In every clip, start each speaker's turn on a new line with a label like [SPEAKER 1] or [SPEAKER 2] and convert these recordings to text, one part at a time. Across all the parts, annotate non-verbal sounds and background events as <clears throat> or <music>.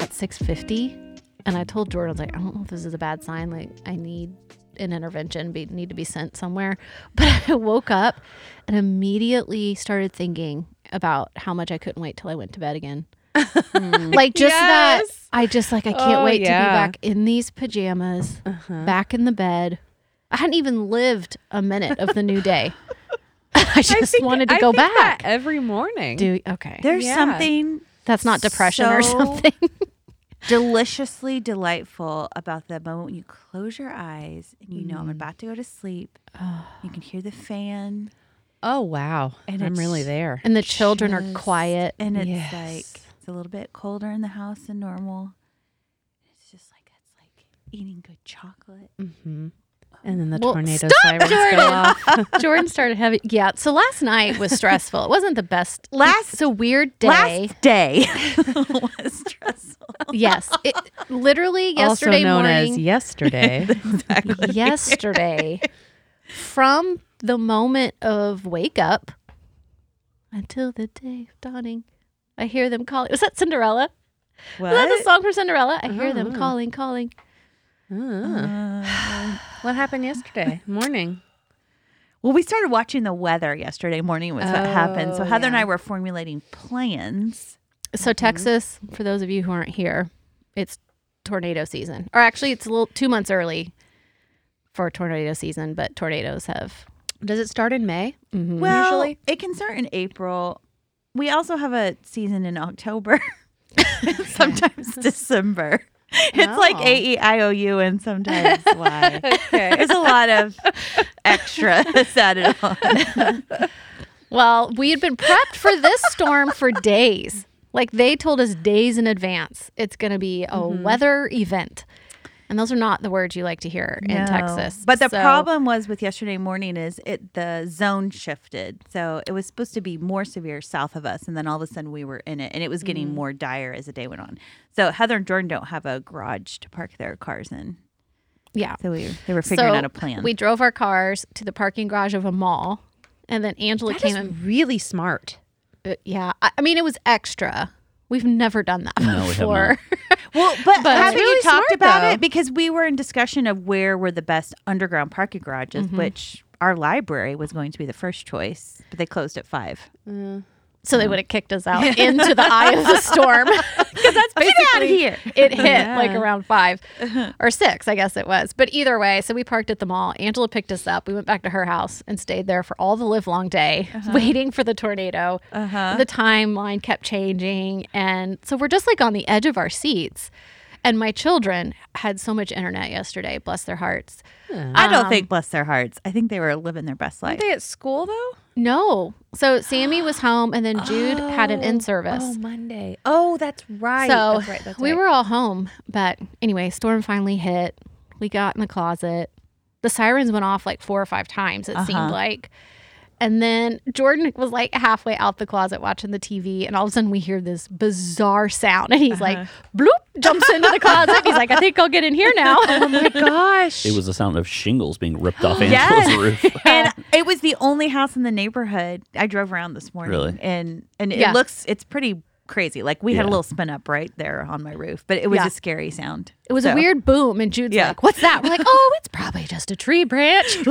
[SPEAKER 1] 650. And I told Jordan, I was like, I don't know if this is a bad sign. Like, I need an intervention, be, need to be sent somewhere. <laughs> But I woke up and immediately started thinking about how much I couldn't wait till I went to bed
[SPEAKER 2] <laughs>
[SPEAKER 1] again. like, just that
[SPEAKER 2] Yes.
[SPEAKER 1] I just, like, I can't
[SPEAKER 2] Oh,
[SPEAKER 1] wait to
[SPEAKER 2] yeah.
[SPEAKER 1] be back in these pajamas,
[SPEAKER 2] Uh-huh.
[SPEAKER 1] back in the bed. I hadn't even lived a minute of the new
[SPEAKER 2] <laughs>
[SPEAKER 1] day. <laughs> I just wanted to
[SPEAKER 2] I
[SPEAKER 1] go
[SPEAKER 2] think that
[SPEAKER 1] back.
[SPEAKER 2] every morning.
[SPEAKER 1] Do okay.
[SPEAKER 3] There's
[SPEAKER 2] Yeah.
[SPEAKER 3] something
[SPEAKER 1] That's not depression or <laughs>
[SPEAKER 3] so
[SPEAKER 1] something.
[SPEAKER 3] deliciously delightful about the moment when you close your eyes and you know
[SPEAKER 2] Mm-hmm.
[SPEAKER 3] I'm about to go to sleep. You can hear the fan,
[SPEAKER 2] Oh wow,
[SPEAKER 3] And
[SPEAKER 2] Ah. I'm
[SPEAKER 3] it's-
[SPEAKER 2] really there.
[SPEAKER 1] And the children are
[SPEAKER 3] Just-
[SPEAKER 1] quiet.
[SPEAKER 3] and it's
[SPEAKER 2] Yes.
[SPEAKER 3] like it's a little bit colder in the house than normal. It's just like it's like eating good chocolate.
[SPEAKER 2] hmm And then the
[SPEAKER 1] Well,
[SPEAKER 2] tornado
[SPEAKER 1] stop,
[SPEAKER 2] sirens go
[SPEAKER 1] Jordan.
[SPEAKER 2] off.
[SPEAKER 3] <laughs>
[SPEAKER 1] <laughs> Jordan started having yeah. So last night was stressful. It wasn't the best.
[SPEAKER 3] Last-
[SPEAKER 1] it's a weird day.
[SPEAKER 3] <laughs>
[SPEAKER 2] <laughs>
[SPEAKER 3] Last day was stressful.
[SPEAKER 1] yes, it literally yesterday
[SPEAKER 2] also known as
[SPEAKER 1] morning.
[SPEAKER 2] <laughs> yesterday.
[SPEAKER 1] yesterday, from the moment of wake up until the day of dawning, I hear them calling. Was that Cinderella? Was that the song for Cinderella? I hear
[SPEAKER 3] Oh.
[SPEAKER 1] them calling, calling.
[SPEAKER 2] Ah. what happened yesterday morning?
[SPEAKER 3] Well, we started watching the weather yesterday morning was what happened. So
[SPEAKER 2] Oh,
[SPEAKER 3] Heather and I were formulating plans.
[SPEAKER 1] So
[SPEAKER 3] Mm-hmm.
[SPEAKER 1] Texas, for those of you who aren't here, it's tornado season. Or actually, it's a little two months early for tornado season, but tornadoes have
[SPEAKER 2] Does it start in May?
[SPEAKER 3] Well, it can start in April. We also have a season in October, <laughs> and
[SPEAKER 1] <laughs>
[SPEAKER 3] sometimes December. It's like
[SPEAKER 1] Oh.
[SPEAKER 3] A E I O U and
[SPEAKER 1] <laughs>
[SPEAKER 3] sometimes Y. There's a lot of extra added on.
[SPEAKER 1] Well, we had been prepped for this storm for days. Like they told us days in advance, it's going to be a
[SPEAKER 3] Mm-hmm.
[SPEAKER 1] weather event. And those are not the words you like to hear in
[SPEAKER 3] No.
[SPEAKER 1] Texas.
[SPEAKER 3] But the
[SPEAKER 1] So-
[SPEAKER 3] problem was with yesterday morning is it the zone shifted. So it was supposed to be more severe south of us and then all of a sudden we were in it and it was getting
[SPEAKER 1] Mm.
[SPEAKER 3] more dire as the day went on. So Heather and Jordan don't have a garage to park their cars in.
[SPEAKER 1] yeah.
[SPEAKER 3] So we they were figuring
[SPEAKER 1] So
[SPEAKER 3] out a plan.
[SPEAKER 1] We drove our cars to the parking garage of a mall, and then Angela
[SPEAKER 2] That
[SPEAKER 1] came
[SPEAKER 2] is
[SPEAKER 1] and
[SPEAKER 2] really smart.
[SPEAKER 1] Uh, yeah, I, I mean, it was extra. We've never done that
[SPEAKER 4] No, we have
[SPEAKER 1] before.
[SPEAKER 3] well, but,
[SPEAKER 1] But-
[SPEAKER 3] haven't
[SPEAKER 2] Really
[SPEAKER 3] you talked
[SPEAKER 2] smart,
[SPEAKER 3] about
[SPEAKER 2] though.
[SPEAKER 3] it? Because we were in discussion of where were the best underground parking garages,
[SPEAKER 1] Mm-hmm.
[SPEAKER 3] which our library was going to be the first choice, but they closed at five.
[SPEAKER 1] <laughs> so they would have kicked us out into the eye of the storm <laughs> because that's basically
[SPEAKER 3] out of here.
[SPEAKER 1] It hit like around 5 or six, I guess it was. But either way, so we parked at the mall. Angela picked us up. We went back to her house and stayed there for all the live long day, waiting for the tornado. The timeline kept changing, and so we're just like on the edge of our seats. And my children had so much internet yesterday, bless their hearts.
[SPEAKER 3] I
[SPEAKER 1] Um,
[SPEAKER 3] don't think, bless their hearts. I think they were living their best life.
[SPEAKER 2] They at school though.
[SPEAKER 1] No. So Sammy was home, and then Jude had an in service.
[SPEAKER 2] Monday. Oh, that's right.
[SPEAKER 1] so
[SPEAKER 2] That's right, that's
[SPEAKER 1] we
[SPEAKER 2] right. <laughs>
[SPEAKER 1] were all home. But anyway, storm finally hit. We got in the closet. The sirens went off like four or five times, it
[SPEAKER 2] Uh-huh.
[SPEAKER 1] seemed like. And then Jordan was like halfway out the closet watching the TV, and all of a sudden we hear this bizarre sound, and he's like,
[SPEAKER 2] Uh-huh.
[SPEAKER 1] "Bloop!" jumps into the closet. He's like, "I think I'll get in here
[SPEAKER 2] <laughs>
[SPEAKER 1] now."
[SPEAKER 2] gosh.
[SPEAKER 4] It was the sound of shingles being
[SPEAKER 3] <gasps>
[SPEAKER 4] ripped off Angela's
[SPEAKER 3] Yes.
[SPEAKER 4] roof. <laughs>
[SPEAKER 3] and it was the only house in the neighborhood. I drove around this morning,
[SPEAKER 4] Really?
[SPEAKER 3] and and it
[SPEAKER 1] Yeah.
[SPEAKER 3] looks it's pretty crazy. Like we had a
[SPEAKER 4] Yeah.
[SPEAKER 3] little spin up right there on my roof, but it was
[SPEAKER 1] Yeah.
[SPEAKER 3] a scary sound.
[SPEAKER 1] It was a
[SPEAKER 3] So-
[SPEAKER 1] weird boom, and Jude's
[SPEAKER 3] Yeah.
[SPEAKER 1] like, "What's that?" We're like, "Oh, it's probably just a tree
[SPEAKER 2] <laughs>
[SPEAKER 1] branch."
[SPEAKER 2] <laughs>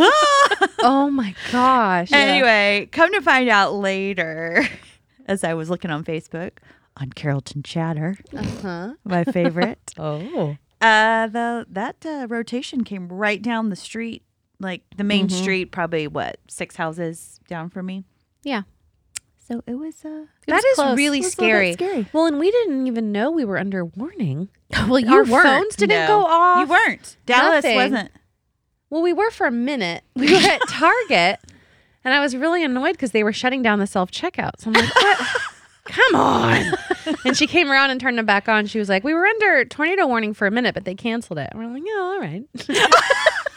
[SPEAKER 2] oh my gosh.
[SPEAKER 3] Anyway, come to find out later, <laughs> as I was looking on Facebook on Carrollton Chatter,
[SPEAKER 2] Huh?
[SPEAKER 3] my favorite. <laughs>
[SPEAKER 2] Oh.
[SPEAKER 3] Uh, the that uh, rotation came right down the street, like the main street, probably what six houses down from me.
[SPEAKER 1] Yeah.
[SPEAKER 3] So it was uh,
[SPEAKER 1] It
[SPEAKER 2] that
[SPEAKER 1] was
[SPEAKER 2] is
[SPEAKER 1] close.
[SPEAKER 2] really
[SPEAKER 3] It was a little
[SPEAKER 2] scary.
[SPEAKER 3] bit scary.
[SPEAKER 2] Well, and we didn't even know we were under warning.
[SPEAKER 1] Well, you
[SPEAKER 2] Our
[SPEAKER 1] weren't.
[SPEAKER 2] phones didn't
[SPEAKER 3] No.
[SPEAKER 2] go off.
[SPEAKER 3] You weren't. Dallas
[SPEAKER 2] Nothing.
[SPEAKER 3] wasn't.
[SPEAKER 2] Well, we were for a minute. <laughs> We were at Target, and I was really annoyed because they were shutting down the self checkout. So I'm like, what? <laughs> Come on. <laughs> And she came around and turned it back on. She was like, We were under tornado warning for a minute, but they canceled it. And we're like, Oh, all right. <laughs>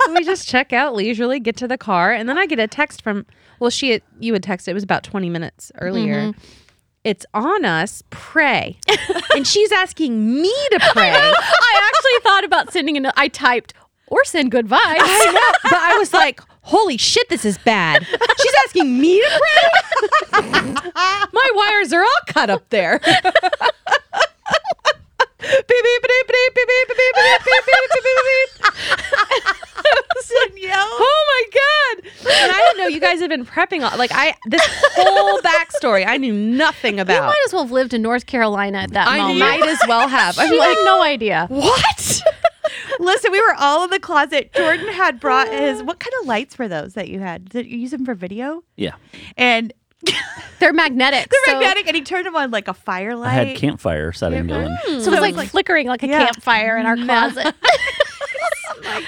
[SPEAKER 2] So we just check out leisurely, get to the car, and then I get a text from, well, she had, you had texted, it was about 20 minutes earlier. It's on us, pray. <laughs> and she's asking me to
[SPEAKER 1] <laughs>
[SPEAKER 2] pray.
[SPEAKER 1] I actually thought about sending an. I typed or send good <laughs> vibes.
[SPEAKER 2] I know, <laughs> but I was like, holy shit, this is bad. She's asking me to <laughs> pray. My wires are all cut up there. beep, beep, beep, beep, beep, beep, beep, beep, beep, beep, beep, beep, beep, beep. <laughs>
[SPEAKER 3] Danielle.
[SPEAKER 2] Oh my god! And I didn't know you guys had been prepping. All, like I, this whole backstory, I knew nothing
[SPEAKER 1] You
[SPEAKER 2] about.
[SPEAKER 1] might as well have lived in North Carolina at that
[SPEAKER 2] I
[SPEAKER 1] moment.
[SPEAKER 2] might as well have. I'm
[SPEAKER 1] She
[SPEAKER 2] like,
[SPEAKER 1] had no idea.
[SPEAKER 2] what?
[SPEAKER 3] <gasps> Listen, we were all in the closet. Jordan had brought <gasps> his. What kind of lights were those that you had? Did you use them for video?
[SPEAKER 4] Yeah.
[SPEAKER 3] And
[SPEAKER 1] They're magnetic.
[SPEAKER 3] they're
[SPEAKER 1] so,
[SPEAKER 3] magnetic, and he turned them on like mm. a firelight.
[SPEAKER 4] I had campfire setting going.
[SPEAKER 1] So it was like, flickering like a
[SPEAKER 3] Yeah.
[SPEAKER 1] campfire in our closet. <laughs>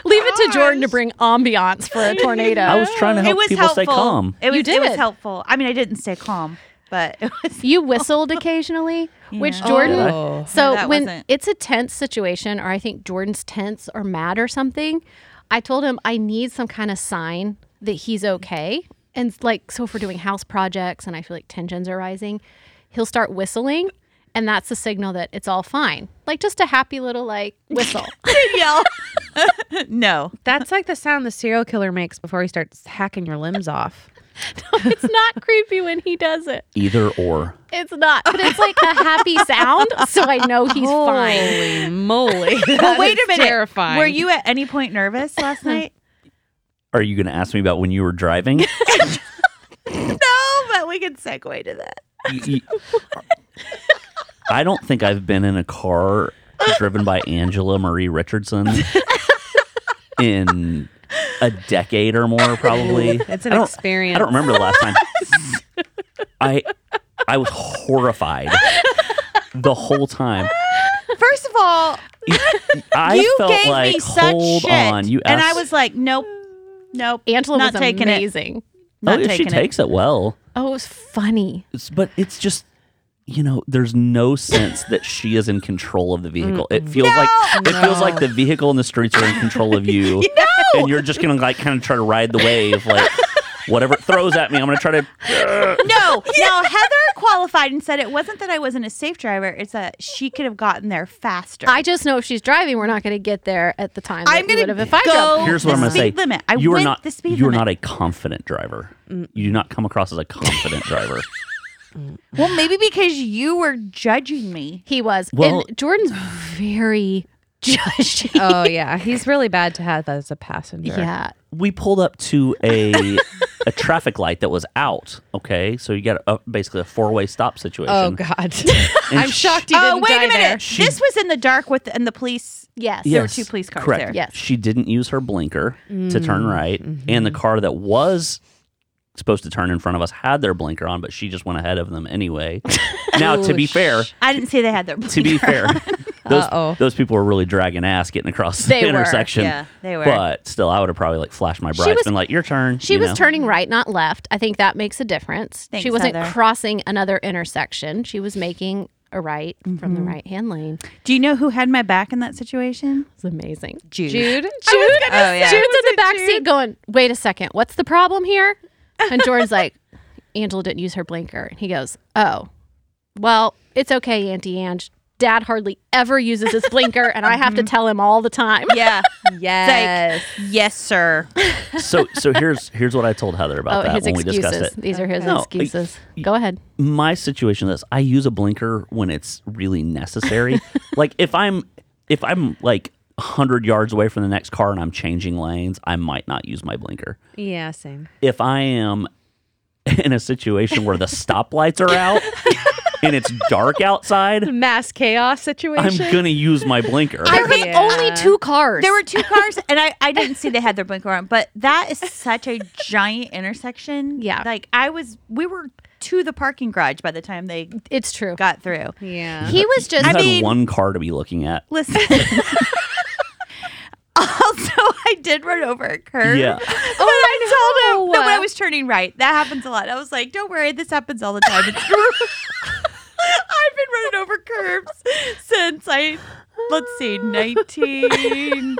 [SPEAKER 1] Leave it to Jordan to bring ambiance for a tornado.
[SPEAKER 4] I was trying to
[SPEAKER 3] Oh, It
[SPEAKER 4] help
[SPEAKER 3] was
[SPEAKER 4] people
[SPEAKER 3] helpful.
[SPEAKER 4] stay calm.
[SPEAKER 3] It was,
[SPEAKER 1] You
[SPEAKER 3] It was
[SPEAKER 1] did.
[SPEAKER 3] helpful. I mean, I didn't stay calm, but it <laughs> was.
[SPEAKER 1] you whistled occasionally, which
[SPEAKER 3] Yeah.
[SPEAKER 1] Jordan.
[SPEAKER 2] Oh.
[SPEAKER 1] So
[SPEAKER 3] that
[SPEAKER 1] when
[SPEAKER 3] wasn't-
[SPEAKER 1] it's a tense situation, or I think Jordan's tense or mad or something, I told him I need some kind of sign that he's okay. And like, so if we're doing house projects and I feel like tensions are rising, he'll start whistling. And that's the signal that it's all fine. Like just a happy little like
[SPEAKER 3] <laughs>
[SPEAKER 1] whistle. <laughs>
[SPEAKER 3] Danielle. no.
[SPEAKER 2] That's like the sound the serial killer makes before he starts hacking your limbs off.
[SPEAKER 1] it's not creepy when he does it.
[SPEAKER 4] Either or.
[SPEAKER 1] It's not, but it's like a happy
[SPEAKER 3] <laughs>
[SPEAKER 1] sound. So I know he's
[SPEAKER 3] Oh.
[SPEAKER 1] fine.
[SPEAKER 2] <laughs> Holy moly!
[SPEAKER 3] But wait a minute.
[SPEAKER 2] Terrifying.
[SPEAKER 3] Were you at any point nervous
[SPEAKER 4] <laughs>
[SPEAKER 3] last night?
[SPEAKER 4] Are you going to ask me about when you
[SPEAKER 3] <laughs>
[SPEAKER 4] were driving?
[SPEAKER 3] no, but we can segue to that.
[SPEAKER 4] You- you- I don't think I've been in a car driven by Angela
[SPEAKER 3] <laughs>
[SPEAKER 4] Marie Richardson in a decade or more, probably.
[SPEAKER 2] <laughs> It's an
[SPEAKER 4] I don't-
[SPEAKER 2] experience.
[SPEAKER 4] I don't remember the last time. I I was horrified the whole time.
[SPEAKER 3] First of all,
[SPEAKER 4] I
[SPEAKER 3] you
[SPEAKER 4] felt
[SPEAKER 3] gave
[SPEAKER 4] like
[SPEAKER 3] me such
[SPEAKER 4] hold
[SPEAKER 3] shit,
[SPEAKER 4] on, you asked,
[SPEAKER 3] and I was like, nope, nope.
[SPEAKER 1] Angela
[SPEAKER 3] not
[SPEAKER 1] was
[SPEAKER 3] taking it.
[SPEAKER 1] amazing.
[SPEAKER 3] Not
[SPEAKER 4] oh, if she
[SPEAKER 3] taking it.
[SPEAKER 4] takes it well.
[SPEAKER 1] Oh, it was funny.
[SPEAKER 4] It's, but it's just, you know, there's no sense that she is in control of the vehicle. It feels like it feels like the vehicle and the streets are in control
[SPEAKER 3] <laughs>
[SPEAKER 4] of you, and you're just gonna like kind of try to ride the wave, like whatever it throws at me. I'm gonna try to. <laughs>
[SPEAKER 3] No, no. Heather qualified and said it wasn't that I wasn't a safe driver; it's that she could have gotten there faster.
[SPEAKER 1] I just know if she's driving, we're not going to get there at the time. that
[SPEAKER 3] I'm
[SPEAKER 1] we
[SPEAKER 3] gonna
[SPEAKER 1] would have if I
[SPEAKER 3] go-
[SPEAKER 1] drove.
[SPEAKER 4] Here's what
[SPEAKER 3] The
[SPEAKER 4] I'm gonna
[SPEAKER 3] speed
[SPEAKER 4] say.
[SPEAKER 3] limit. I
[SPEAKER 4] you are
[SPEAKER 3] went
[SPEAKER 4] not
[SPEAKER 3] the speed
[SPEAKER 4] you are
[SPEAKER 3] limit.
[SPEAKER 4] not a confident driver. You do not come across as
[SPEAKER 3] <laughs>
[SPEAKER 4] a confident driver.
[SPEAKER 3] well, maybe because you were judging me.
[SPEAKER 1] He was.
[SPEAKER 4] Well-
[SPEAKER 1] and Jordan's very <laughs> judgy.
[SPEAKER 2] Oh yeah, he's really bad to have as a passenger.
[SPEAKER 1] yeah.
[SPEAKER 4] we pulled up to a a traffic light that was out. Okay, so you got a, basically a four way stop situation.
[SPEAKER 2] Oh God.
[SPEAKER 4] And
[SPEAKER 2] <laughs> I'm
[SPEAKER 4] sh-
[SPEAKER 2] shocked he didn't
[SPEAKER 3] Oh, wait
[SPEAKER 2] die
[SPEAKER 3] a minute!
[SPEAKER 2] there.
[SPEAKER 3] this was in the dark with and the police.
[SPEAKER 1] Yes.
[SPEAKER 4] Yes,
[SPEAKER 3] were two police cars
[SPEAKER 4] correct.
[SPEAKER 3] there. Mm-hmm.
[SPEAKER 1] Yes.
[SPEAKER 4] she didn't use her blinker to turn right, and the car that was supposed to turn in front of us had their blinker on, but she just went ahead of them anyway. now, to be fair,
[SPEAKER 3] I didn't say they had their.
[SPEAKER 4] to be fair,
[SPEAKER 1] <laughs>
[SPEAKER 4] those
[SPEAKER 2] Uh-oh.
[SPEAKER 4] those people were really dragging ass getting across
[SPEAKER 1] They
[SPEAKER 4] the
[SPEAKER 1] were,
[SPEAKER 4] intersection.
[SPEAKER 3] yeah, they were.
[SPEAKER 4] But still, I would have probably like flashed my brights,
[SPEAKER 1] was-
[SPEAKER 4] been like, "Your turn."
[SPEAKER 1] She
[SPEAKER 4] you
[SPEAKER 1] was
[SPEAKER 4] know?
[SPEAKER 1] turning right, not left. I think that makes a difference. she
[SPEAKER 3] Thanks,
[SPEAKER 1] wasn't
[SPEAKER 3] Heather.
[SPEAKER 1] crossing another intersection. She was making a right from
[SPEAKER 3] Mm-hmm.
[SPEAKER 1] the right hand lane.
[SPEAKER 3] Do you know who had my back in that situation?
[SPEAKER 1] It's amazing.
[SPEAKER 3] Jude.
[SPEAKER 2] <laughs> Jude.
[SPEAKER 1] Jude,
[SPEAKER 3] Oh, yeah.
[SPEAKER 1] Jude's in the back seat going, wait a second, what's the problem here? And Jordan's like, Angela didn't use her blinker. And he goes, oh, well, it's okay, Auntie Ange. Dad hardly ever uses his blinker, and I have to tell him all the time.
[SPEAKER 3] Yeah.
[SPEAKER 2] Yes.
[SPEAKER 3] yes, sir.
[SPEAKER 4] <laughs> so so here's here's what I told Heather about
[SPEAKER 1] Oh,
[SPEAKER 4] that
[SPEAKER 1] his
[SPEAKER 4] when we
[SPEAKER 1] excuses.
[SPEAKER 4] discussed it.
[SPEAKER 1] These are his
[SPEAKER 4] No,
[SPEAKER 1] excuses.
[SPEAKER 4] y-
[SPEAKER 1] Go ahead.
[SPEAKER 4] My situation is I use a blinker when it's
[SPEAKER 1] <laughs>
[SPEAKER 4] really necessary. like if I'm if I'm like 100 yards away from the next car and I'm changing lanes, I might not use my blinker.
[SPEAKER 2] yeah, same.
[SPEAKER 4] If I am in a situation where the stoplights are
[SPEAKER 1] <laughs>
[SPEAKER 4] out and it's dark outside,
[SPEAKER 2] Mass chaos
[SPEAKER 4] I'm
[SPEAKER 2] situation.
[SPEAKER 4] going to use my blinker.
[SPEAKER 1] There were
[SPEAKER 2] Yeah.
[SPEAKER 1] only two cars.
[SPEAKER 3] There were two cars, and I, I didn't see they had their blinker on, but that is such a giant intersection.
[SPEAKER 1] Yeah.
[SPEAKER 3] Like, I was, we were to the parking garage by the time they
[SPEAKER 1] It's true.
[SPEAKER 3] got through.
[SPEAKER 2] yeah.
[SPEAKER 1] He was just.
[SPEAKER 4] you had
[SPEAKER 3] mean-
[SPEAKER 4] one car to be looking at.
[SPEAKER 3] Listen. <laughs> also, I did run over a curb. <laughs>
[SPEAKER 4] Yeah.
[SPEAKER 3] Oh, I told
[SPEAKER 2] no.
[SPEAKER 3] him that when I was turning right. That happens a lot. I was like, don't worry, this happens all the time. It's
[SPEAKER 2] <laughs>
[SPEAKER 3] I've been running over curbs since I, let's see, 1991.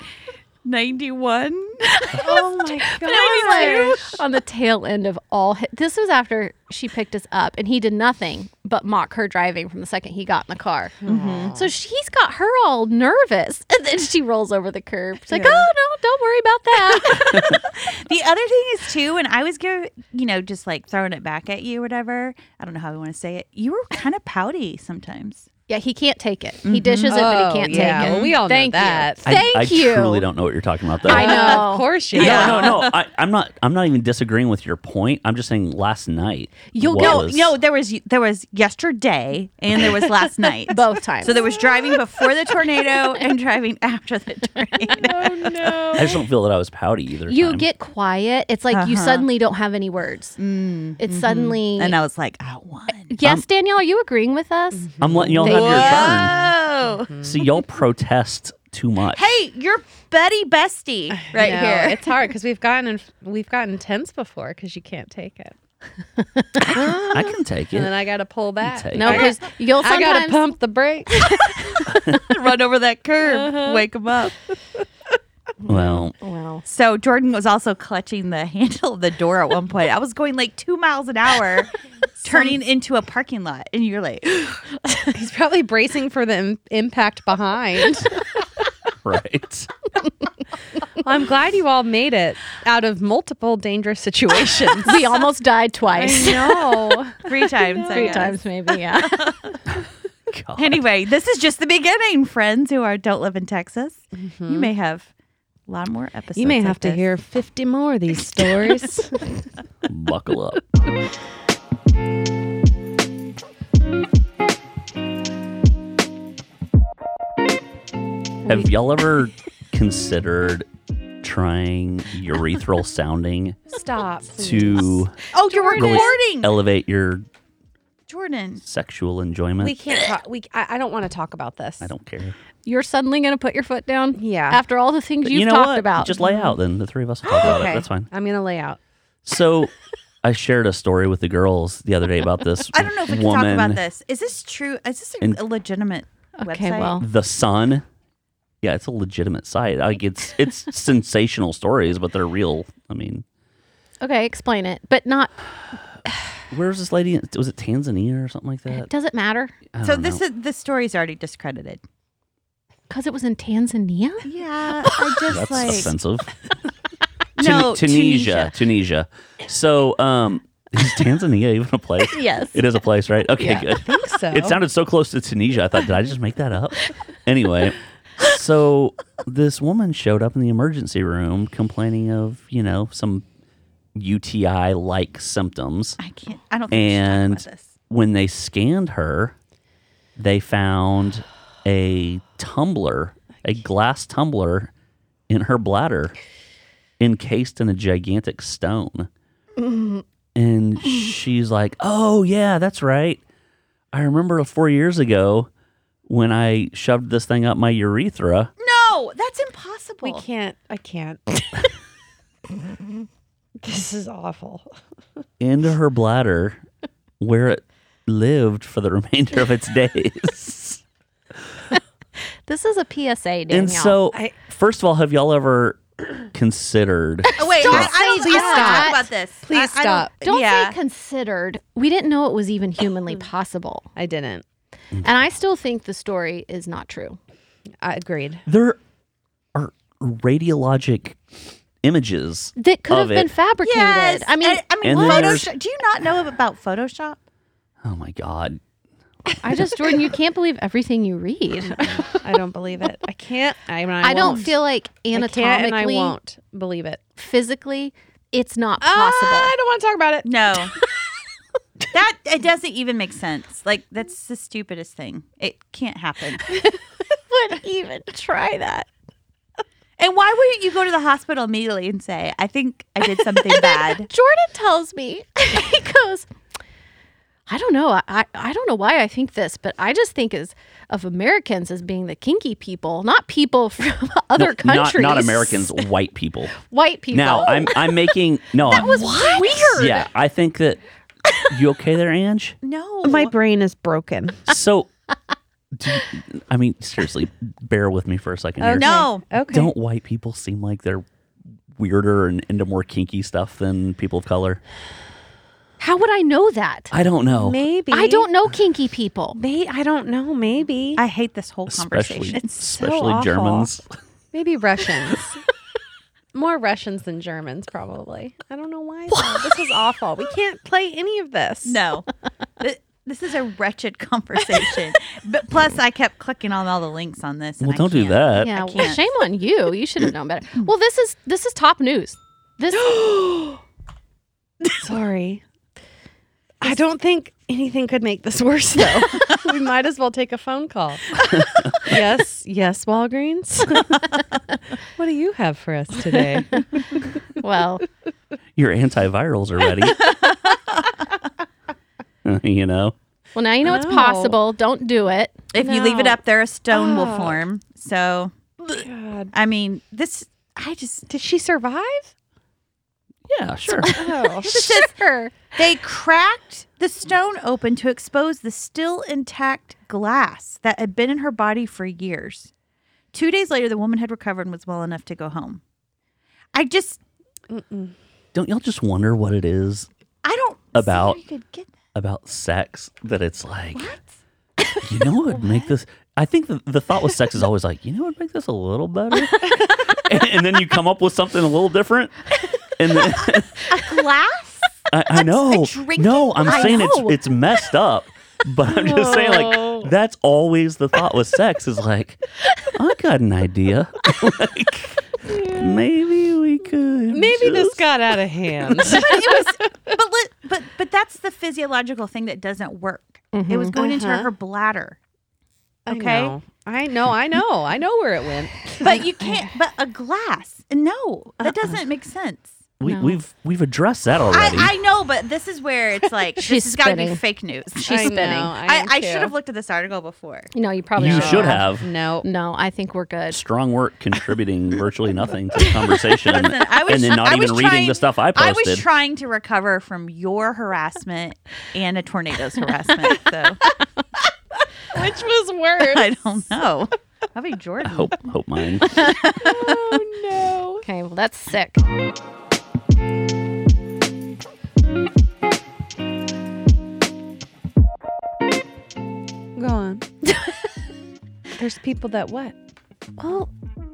[SPEAKER 3] <laughs>
[SPEAKER 2] oh my God.
[SPEAKER 1] I was like on the tail end of all. His, this was after she picked us up, and he did nothing but mock her driving from the second he got in the car.
[SPEAKER 4] Mm-hmm.
[SPEAKER 1] So she's got her all nervous, and then she rolls over the curb. She's like,
[SPEAKER 3] Yeah.
[SPEAKER 1] "Oh no, don't worry about
[SPEAKER 2] <laughs>
[SPEAKER 1] that."
[SPEAKER 3] The other thing is too, and I was give you know just like throwing it back at you, whatever. I don't know how we want to say it. You were kind of pouty sometimes.
[SPEAKER 1] Yeah, he can't take it. He dishes it, but he can't
[SPEAKER 2] Mm-hmm. Oh, yeah.
[SPEAKER 1] take it.
[SPEAKER 2] Well, we all know
[SPEAKER 1] Thank
[SPEAKER 2] that.
[SPEAKER 1] You.
[SPEAKER 4] I,
[SPEAKER 1] Thank
[SPEAKER 4] I
[SPEAKER 1] you.
[SPEAKER 4] truly don't know what you're talking about, though.
[SPEAKER 1] I know.
[SPEAKER 2] Of course you
[SPEAKER 4] No,
[SPEAKER 2] are.
[SPEAKER 4] no, no. I, I'm not. I'm not even disagreeing with your point. I'm just saying last night.
[SPEAKER 1] You'll
[SPEAKER 4] was,
[SPEAKER 1] go-
[SPEAKER 3] No, there was there was yesterday and there
[SPEAKER 1] <laughs>
[SPEAKER 3] was last night.
[SPEAKER 1] Both times.
[SPEAKER 3] So there was driving before the tornado and driving after the tornado.
[SPEAKER 1] <laughs>
[SPEAKER 4] I just don't feel that I was pouty either.
[SPEAKER 1] you
[SPEAKER 4] time.
[SPEAKER 1] get quiet. It's like
[SPEAKER 2] Uh-huh.
[SPEAKER 1] you suddenly don't have any words.
[SPEAKER 2] Mm,
[SPEAKER 1] it's
[SPEAKER 2] mm-hmm.
[SPEAKER 1] suddenly.
[SPEAKER 3] And I was like, I won.
[SPEAKER 1] yes, Danielle, are you agreeing with us?
[SPEAKER 2] Mm.
[SPEAKER 4] I'm letting y'all have your
[SPEAKER 3] Oh.
[SPEAKER 4] turn. See, y'all protest too
[SPEAKER 3] <laughs>
[SPEAKER 4] much.
[SPEAKER 3] Hey, you're Betty Bestie right
[SPEAKER 2] <laughs> No,
[SPEAKER 3] here.
[SPEAKER 2] It's hard because we've gotten in, we've gotten tense before because you can't take it,
[SPEAKER 4] I can take
[SPEAKER 2] and then
[SPEAKER 4] it.
[SPEAKER 1] uh,
[SPEAKER 2] I got to pull back.
[SPEAKER 4] take
[SPEAKER 1] No,
[SPEAKER 4] I-
[SPEAKER 1] because you'll
[SPEAKER 2] I got to
[SPEAKER 1] sometimes.
[SPEAKER 2] pump the brakes.
[SPEAKER 3] <laughs> Run over that curb,
[SPEAKER 1] Uh-huh.
[SPEAKER 3] wake him up.
[SPEAKER 4] Well, <laughs>
[SPEAKER 1] Well,
[SPEAKER 3] So Jordan was also clutching the handle of the door at one point. I was going like two miles
[SPEAKER 1] <laughs>
[SPEAKER 3] an hour, turning into a parking lot, and you're like,
[SPEAKER 2] He's probably bracing for the Im- impact behind.
[SPEAKER 4] right.
[SPEAKER 2] Well, I'm glad you all made it out of multiple dangerous situations.
[SPEAKER 1] <laughs> we almost died twice.
[SPEAKER 2] <laughs> no.
[SPEAKER 3] <laughs> three times, I
[SPEAKER 1] Three
[SPEAKER 3] guess.
[SPEAKER 1] times, maybe. Yeah.
[SPEAKER 4] God.
[SPEAKER 3] Anyway, this is just the beginning, friends who are don't live in Texas. You may have a lot more
[SPEAKER 2] <laughs>
[SPEAKER 3] episodes.
[SPEAKER 2] You may
[SPEAKER 3] like
[SPEAKER 2] have to
[SPEAKER 3] this.
[SPEAKER 2] hear 50 more of these stories.
[SPEAKER 4] Buckle up. Have y'all ever considered
[SPEAKER 3] <laughs>
[SPEAKER 4] trying urethral sounding
[SPEAKER 2] <laughs>
[SPEAKER 4] <laughs>
[SPEAKER 2] Stop.
[SPEAKER 4] to
[SPEAKER 3] Oh, you're
[SPEAKER 4] really
[SPEAKER 3] recording,
[SPEAKER 4] elevate your
[SPEAKER 3] Jordan.
[SPEAKER 4] sexual enjoyment?
[SPEAKER 2] We can't talk. We, I, I don't want to talk about this.
[SPEAKER 4] I don't care.
[SPEAKER 1] You're suddenly going to put your foot down?
[SPEAKER 2] Yeah.
[SPEAKER 1] After all the things you've
[SPEAKER 4] you know
[SPEAKER 1] talked
[SPEAKER 4] what?
[SPEAKER 1] about.
[SPEAKER 4] Just lay out then. The three of us will talk about
[SPEAKER 2] Okay.
[SPEAKER 4] it. That's fine.
[SPEAKER 2] I'm going to lay
[SPEAKER 4] <laughs>
[SPEAKER 2] out.
[SPEAKER 4] So I shared a story with the girls the other day about this.
[SPEAKER 3] <laughs> I don't know if we can
[SPEAKER 4] woman,
[SPEAKER 3] talk about this. Is this true? Is this a,
[SPEAKER 4] And-
[SPEAKER 3] a legitimate
[SPEAKER 1] okay,
[SPEAKER 3] website?
[SPEAKER 1] well.
[SPEAKER 4] The Sun. Yeah, it's a legitimate site. Like it's
[SPEAKER 3] <laughs>
[SPEAKER 4] it's sensational stories, but they're real. I mean,
[SPEAKER 1] Okay, explain it. But not,
[SPEAKER 4] where's this lady? Was it Tanzania or something like that?
[SPEAKER 1] does it matter?
[SPEAKER 4] I
[SPEAKER 3] so
[SPEAKER 4] don't
[SPEAKER 3] this
[SPEAKER 4] know.
[SPEAKER 3] is the story's already discredited.
[SPEAKER 1] Because it was in Tanzania?
[SPEAKER 3] Yeah, <laughs> I just
[SPEAKER 4] that's
[SPEAKER 3] like
[SPEAKER 4] offensive.
[SPEAKER 3] <laughs> no
[SPEAKER 4] Tun- Tunisia, Tunisia. So um, is Tanzania even a place?
[SPEAKER 3] <laughs> Yes.
[SPEAKER 4] it is a place, right? Okay, good.
[SPEAKER 2] I think so.
[SPEAKER 4] It sounded so close to Tunisia. I thought, did I just make that up? Anyway, so this woman showed up in the emergency room complaining of, you know, some UTI like symptoms.
[SPEAKER 3] I can't. I don't think and
[SPEAKER 4] And
[SPEAKER 3] about this.
[SPEAKER 4] when they scanned her, they found a tumbler, a glass tumbler in her bladder, encased in a gigantic stone. And she's like, Oh, yeah, that's right. I remember four years ago when I shoved this thing up my urethra.
[SPEAKER 3] No, that's impossible.
[SPEAKER 2] we can't. I
[SPEAKER 4] <laughs>
[SPEAKER 2] can't. <laughs> this is awful.
[SPEAKER 4] into her bladder where it lived for the remainder of its <laughs> days.
[SPEAKER 1] This is a PSA, Danielle.
[SPEAKER 4] and so,
[SPEAKER 2] I-
[SPEAKER 4] first of all, have y'all ever <clears throat>
[SPEAKER 1] <laughs>
[SPEAKER 4] considered?
[SPEAKER 3] Oh, wait, I, I don't,
[SPEAKER 1] Please
[SPEAKER 3] I don't wanna
[SPEAKER 1] stop.
[SPEAKER 3] talk about this.
[SPEAKER 2] Please
[SPEAKER 3] I- I don't-
[SPEAKER 2] stop.
[SPEAKER 1] Don't
[SPEAKER 3] yeah.
[SPEAKER 1] say considered. We didn't know it was even humanly possible.
[SPEAKER 2] I didn't.
[SPEAKER 1] And I still think the story is not true.
[SPEAKER 2] I <laughs> agreed.
[SPEAKER 4] There are radiologic images
[SPEAKER 1] That could
[SPEAKER 4] Of
[SPEAKER 1] have been
[SPEAKER 4] it.
[SPEAKER 1] fabricated.
[SPEAKER 3] Yes,
[SPEAKER 1] I mean,
[SPEAKER 3] and- I mean,
[SPEAKER 4] And then there's-
[SPEAKER 3] Photoshop. Do you not know about Photoshop?
[SPEAKER 4] Oh my god!
[SPEAKER 1] I just, Jordan, you can't believe everything you read.
[SPEAKER 2] I don't believe it. I can't. I, and <laughs> I
[SPEAKER 1] I don't
[SPEAKER 2] won't.
[SPEAKER 1] feel like
[SPEAKER 2] I can't and I
[SPEAKER 1] anatomically,
[SPEAKER 2] won't believe it.
[SPEAKER 1] physically, it's not possible.
[SPEAKER 2] Ah! I don't want to talk about it. <laughs>
[SPEAKER 3] No. that it doesn't even make sense. Like that's the stupidest thing. It can't happen.
[SPEAKER 2] <laughs>
[SPEAKER 1] would even try that.
[SPEAKER 3] And why wouldn't you go to the hospital immediately and say, "I think I
[SPEAKER 2] <laughs>
[SPEAKER 3] did something bad"?
[SPEAKER 1] Jordan tells me, <laughs> he goes, I don't know. I, I, I don't know why I think this, but I just think as of Americans as being the kinky people, not people <laughs> from
[SPEAKER 4] No,
[SPEAKER 1] other
[SPEAKER 4] not,
[SPEAKER 1] countries.
[SPEAKER 4] not
[SPEAKER 1] <laughs>
[SPEAKER 4] Americans, white people.
[SPEAKER 1] White people.
[SPEAKER 4] Now I'm I'm making no.
[SPEAKER 1] that was weird.
[SPEAKER 4] yeah, I think that you okay there, Ange?
[SPEAKER 3] No.
[SPEAKER 2] My brain is broken.
[SPEAKER 4] So, do you- I mean, seriously, bear with me for a
[SPEAKER 1] Oh,
[SPEAKER 4] second. here.
[SPEAKER 3] no.
[SPEAKER 2] Okay.
[SPEAKER 4] Don't white people seem like they're weirder and into more kinky stuff than people of color?
[SPEAKER 1] How would I know that?
[SPEAKER 4] I don't know.
[SPEAKER 2] Maybe.
[SPEAKER 1] Oh, I don't know kinky people.
[SPEAKER 2] May I don't know. Maybe.
[SPEAKER 3] I hate this whole
[SPEAKER 4] Especially,
[SPEAKER 3] conversation. <laughs> It's-
[SPEAKER 4] especially
[SPEAKER 2] awful.
[SPEAKER 4] Germans.
[SPEAKER 1] <laughs>
[SPEAKER 2] Maybe Russians. More Russians than Germans, <laughs> probably. I don't know why. though. This is awful. We can't play any of this.
[SPEAKER 3] no. Th- This is a wretched conversation. but plus, I kept clicking on all the links on this. and
[SPEAKER 4] Well,
[SPEAKER 3] I
[SPEAKER 4] don't do
[SPEAKER 3] can't.
[SPEAKER 4] that.
[SPEAKER 1] Yeah,
[SPEAKER 3] I
[SPEAKER 1] well,
[SPEAKER 3] can't.
[SPEAKER 1] shame on you. You should have known
[SPEAKER 3] <laughs>
[SPEAKER 1] better. Well, this is this is top news.
[SPEAKER 3] <gasps>
[SPEAKER 1] This
[SPEAKER 2] Sorry. I don't think anything could make this worse,
[SPEAKER 1] <laughs>
[SPEAKER 2] though. <laughs> we might as well take a phone call. yes, yes,
[SPEAKER 1] <laughs>
[SPEAKER 2] Walgreens. what do you have for us today?
[SPEAKER 1] well,
[SPEAKER 4] Your antivirals are ready. <laughs> you know?
[SPEAKER 1] well now you know it's
[SPEAKER 2] No.
[SPEAKER 1] possible. Don't do it.
[SPEAKER 3] If you leave it
[SPEAKER 2] No.
[SPEAKER 3] up there, a stone will
[SPEAKER 2] Oh.
[SPEAKER 3] form. So,
[SPEAKER 2] God.
[SPEAKER 3] I mean, this, I just,
[SPEAKER 2] Did she survive?
[SPEAKER 4] Yeah, sure.
[SPEAKER 2] Oh,
[SPEAKER 1] <laughs> Sure.
[SPEAKER 3] they cracked the stone open to expose the still intact glass that had been in her body for years. Two days later, the woman had recovered and was well enough to go home. I just,
[SPEAKER 4] <laughs> Don't y'all just wonder what it is
[SPEAKER 3] I don't see
[SPEAKER 4] About-
[SPEAKER 3] how you could get that.
[SPEAKER 4] about sex that it's like, you know what would make this? I think the, the thought with sex is always like, you know what would make this a little better? and, and then you come up with something a little different. And then,
[SPEAKER 3] glass.
[SPEAKER 4] I, I know.
[SPEAKER 3] drinking
[SPEAKER 4] No, I'm
[SPEAKER 3] glass.
[SPEAKER 4] saying
[SPEAKER 3] I know.
[SPEAKER 4] it's it's messed up. But I'm just saying,
[SPEAKER 2] No.
[SPEAKER 4] like, that's always the thought with sex is like, I got an idea. <laughs> like, maybe we could.
[SPEAKER 2] Maybe this
[SPEAKER 4] just-
[SPEAKER 2] got out of hand.
[SPEAKER 3] it was, but li- but but that's the physiological thing that doesn't work. It was going into
[SPEAKER 2] Uh-huh.
[SPEAKER 3] her bladder.
[SPEAKER 2] okay.
[SPEAKER 3] Okay.
[SPEAKER 2] I know, I know, I know where it went.
[SPEAKER 3] But you can't. But a glass. No, that doesn't make sense.
[SPEAKER 4] We,
[SPEAKER 1] No.
[SPEAKER 4] We've we've addressed that
[SPEAKER 3] I,
[SPEAKER 4] already.
[SPEAKER 3] I know, but this is where
[SPEAKER 2] <laughs>
[SPEAKER 3] it's like
[SPEAKER 1] She's
[SPEAKER 3] this has got to be
[SPEAKER 1] spinning.
[SPEAKER 3] fake news.
[SPEAKER 1] She's
[SPEAKER 2] I
[SPEAKER 1] spinning.
[SPEAKER 2] Know,
[SPEAKER 3] I,
[SPEAKER 2] I,
[SPEAKER 3] I should have looked at this article before.
[SPEAKER 1] You know, you probably
[SPEAKER 4] you should have.
[SPEAKER 1] <laughs>
[SPEAKER 2] Uh, No.
[SPEAKER 1] No, I think we're good.
[SPEAKER 4] Strong work contributing virtually nothing to the conversation,
[SPEAKER 3] Listen,
[SPEAKER 4] <laughs>
[SPEAKER 3] I was,
[SPEAKER 4] and then not
[SPEAKER 3] I was
[SPEAKER 4] even reading
[SPEAKER 3] trying-
[SPEAKER 4] the stuff I
[SPEAKER 3] I
[SPEAKER 4] posted.
[SPEAKER 3] was trying to recover from your harassment and
[SPEAKER 2] <laughs>
[SPEAKER 3] a tornado's harassment. So
[SPEAKER 2] Which was worse.
[SPEAKER 3] I don't know. Probably Jordan.
[SPEAKER 4] hope hope mine.
[SPEAKER 2] <laughs> oh no.
[SPEAKER 1] Okay, well that's sick.
[SPEAKER 2] Go on. <laughs> There's people that what?
[SPEAKER 1] Well,